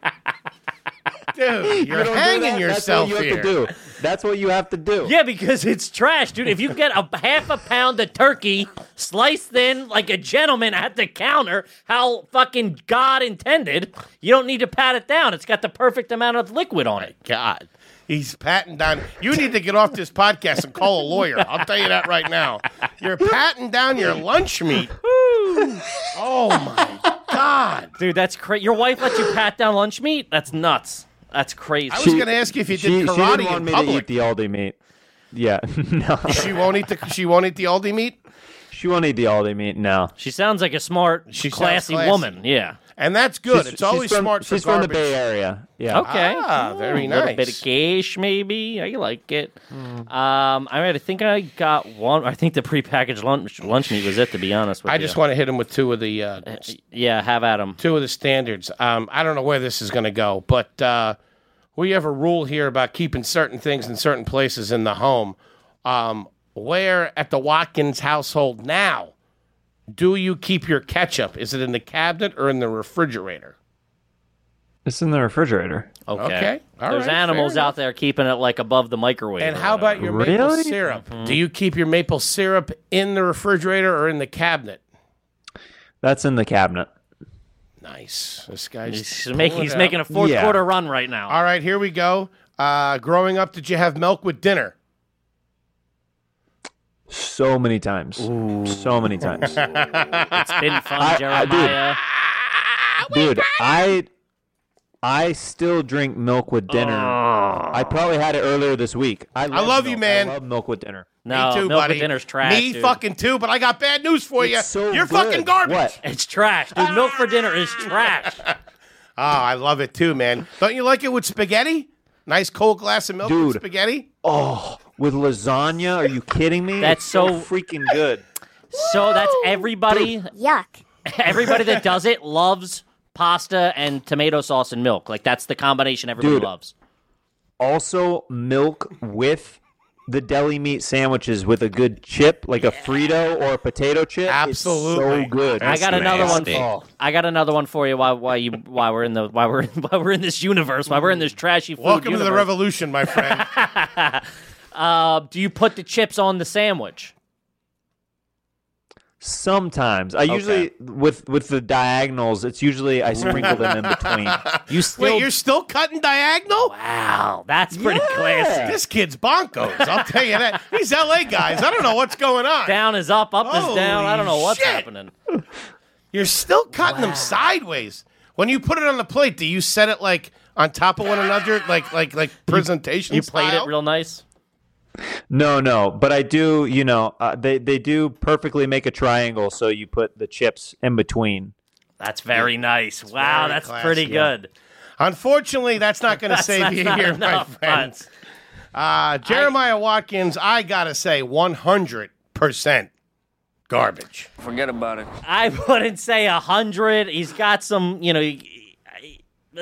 dude? You're
You don't do
hanging
that?
yourself
That's what you
here.
have to do. That's what you have to do.
Yeah, because it's trash, dude. If you get a half a pound of turkey sliced thin like a gentleman at the counter, how fucking God intended, you don't need to pat it down. It's got the perfect amount of liquid on it.
God. He's patting down. You need to get off this podcast and call a lawyer. I'll tell you that right now. You're patting down your lunch meat. Oh my God.
Dude, that's crazy. Your wife lets you pat down lunch meat? That's nuts. That's crazy.
I was going to ask you if you
She, she
did
didn't
karate
want
in
me
public.
to eat the Aldi meat. Yeah, no,
She won't eat the she won't eat the Aldi meat,
she won't eat the Aldi meat. No,
she sounds like a smart,
She sounds
classy,
classy.
woman. Yeah.
and that's good.
She's-
it's always
she's from,
smart for
She's
garbage.
from the Bay Area. Yeah.
Okay.
Ah, very
A little bit
nice. Hmm.
of cash, maybe. I like it. Um, I mean, I think I got one. I think the prepackaged lunch lunch meat was it. To be honest with
I
you,
just want to hit him with two of the uh,
yeah, have at 'em.
two of the standards. Um, I don't know where this is going to go, but uh, we have a rule here about keeping certain things in certain places in the home. Um, where at the Watkins household now do you keep your ketchup? Is it in the cabinet or in the refrigerator?
It's in the refrigerator.
Okay,
Okay. All
there's
right,
animals
fair
out there keeping it like above the microwave.
And
or
how
whatever.
about your maple
Really?
syrup?
Mm-hmm.
Do you keep your maple syrup in the refrigerator or in the cabinet?
That's in the cabinet.
Nice. This guy's
He's making
pulling
he's
it
making
out.
a fourth
Yeah.
quarter run right now.
All right, here we go. Uh, growing up, did you have milk with dinner?
so many times, so many times,
It's been fun,
I- I do.
Jeremiah.
dude. I I still drink milk with dinner. I probably had it earlier this week. I love,
Oh. love you,
milk.
man.
I love milk with dinner.
no,
Me too,
Oh, milk
buddy.
with dinner's trash.
Me
dude.
fucking too, but I got bad news for
It's
you.
so
You're
good.
fucking garbage.
What?
It's trash, dude. Milk for dinner is trash.
Oh, I love it too, man. Don't you like it with spaghetti? Nice cold glass of milk with
Dude.
spaghetti.
Oh, with lasagna? Are you kidding me?
That's
It's so
so-
freaking good.
So that's everybody.
Yuck.
Everybody that does it loves pasta and tomato sauce and milk. Like that's the combination everybody
Dude.
loves.
also milk with the deli meat sandwiches with a good chip, like a Frito or a potato chip. It's
Absolutely.
so good.
I got another
nasty.
one. For, I got another one for you. While while you while we're in the while we're while we're in this universe, while we're in this trashy food
Welcome to the
universe.
revolution, my friend.
Uh, do you put the chips on the sandwich?
Sometimes I usually with with the diagonals. It's usually I sprinkle them in between.
You still
Wait, you're still cutting diagonal?
wow, that's pretty classy.
This kid's bonkos. I'll tell you that. These LA guys, I don't know what's going on.
Down is up, up is down. I don't know what's
Holy shit.
happening.
You're still cutting them sideways. When you put it on the plate, do you set it like on top of one another, like like like presentation?
You played it
style?
real nice.
No, no, but I do. You know, uh, they they do perfectly make a triangle, so you put the chips in between.
That's very nice. Wow,
very
that's
classy.
pretty
Yeah.
good.
Unfortunately, that's not going to save
That's
you
not
here, my
enough,
friends. Uh, Jeremiah Watkins, I gotta say, one hundred percent garbage.
Forget about it.
I wouldn't say a hundred. He's got some, you know, he- he-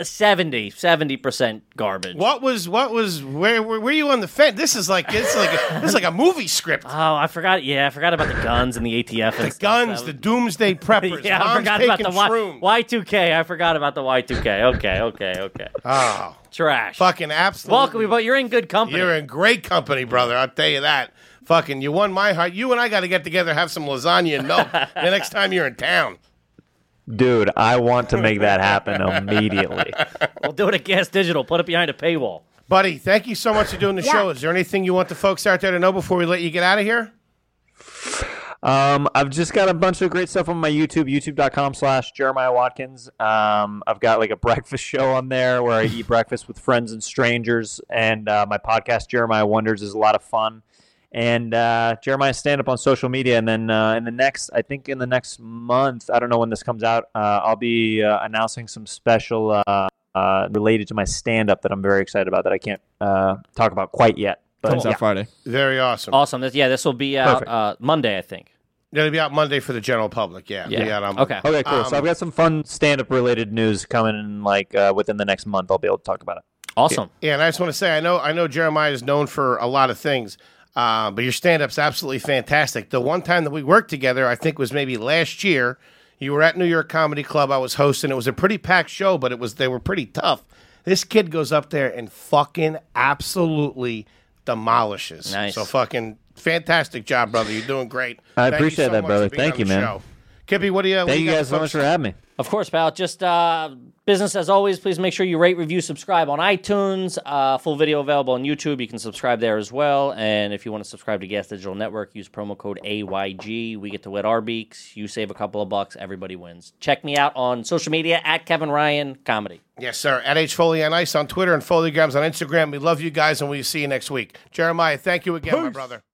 70, 70 percent garbage.
What was what was where, where were you on the fence? This is like this is like a, this is like a movie script.
Oh, I forgot. Yeah, I forgot about the guns and the ATF. and
The
stuff.
guns, the
That
doomsday preppers.
was- yeah, I
Mom's
forgot about
taking
the y,
shrooms.
Y2K. I forgot about the Y2K. Okay, okay, okay.
Oh,
Trash.
fucking absolutely.
Welcome, but you're in good company.
You're in great company, brother. I'll tell you that. Fucking, you won my heart. You and I got to get together, have some lasagna and milk the next time you're in town.
Dude, I want to make that happen immediately.
we'll do it at Gas Digital. Put it behind a paywall.
Buddy, thank you so much for doing the show. Is there anything you want the folks out there to know before we let you get out of here?
Um, I've just got a bunch of great stuff on my YouTube, youtube.com slash Jeremiah Watkins. Um, I've got like a breakfast show on there where I eat breakfast with friends and strangers. And uh, my podcast, Jeremiah Wonders, is a lot of fun. And uh, Jeremiah stand up on social media. And then uh, in the next, I think in the next month, I don't know when this comes out, uh, I'll be uh, announcing some special uh, uh, related to my stand up that I'm very excited about that I can't uh, talk about quite yet. But uh,
Comes
yeah.
out Friday.
Very awesome.
Awesome. This- yeah, this will be out
Perfect.
uh, Monday, I think.
It'll be out Monday for the general public. Yeah. it'll be out on
Okay.
Okay, cool. so
Um,
I've got some fun stand-up related news coming in, like uh, within the next month. I'll be able to talk about it.
Awesome.
Yeah, and I just want to say, I know, I know Jeremiah is known for a lot of things, uh, but your stand-up's absolutely fantastic. The one time that we worked together, I think, was maybe last year. You were at New York Comedy Club. I was hosting. It was a pretty packed show, but it was they were pretty tough. This kid goes up there and fucking absolutely demolishes.
Nice.
So fucking fantastic job, brother. You're doing great.
I
Thank you
appreciate
so
that,
much
brother.
for being
Thank
on
you,
the
man.
show. Kippy, what do you? what do
Thank you
got
guys so
folks-
much for having me.
Of course, pal. Just uh, business as always. Please make sure you rate, review, subscribe on iTunes. Uh, full video available on YouTube. You can subscribe there as well. And if you want to subscribe to Gas Digital Network, use promo code AYG. We get to wet our beaks. You save a couple of bucks. Everybody wins. Check me out on social media at Kevin Ryan Comedy.
Yes, sir. At H Foley on Ice on Twitter and Foleygrams on Instagram. We love you guys, and we'll see you next week. Jeremiah, thank you again, my brother.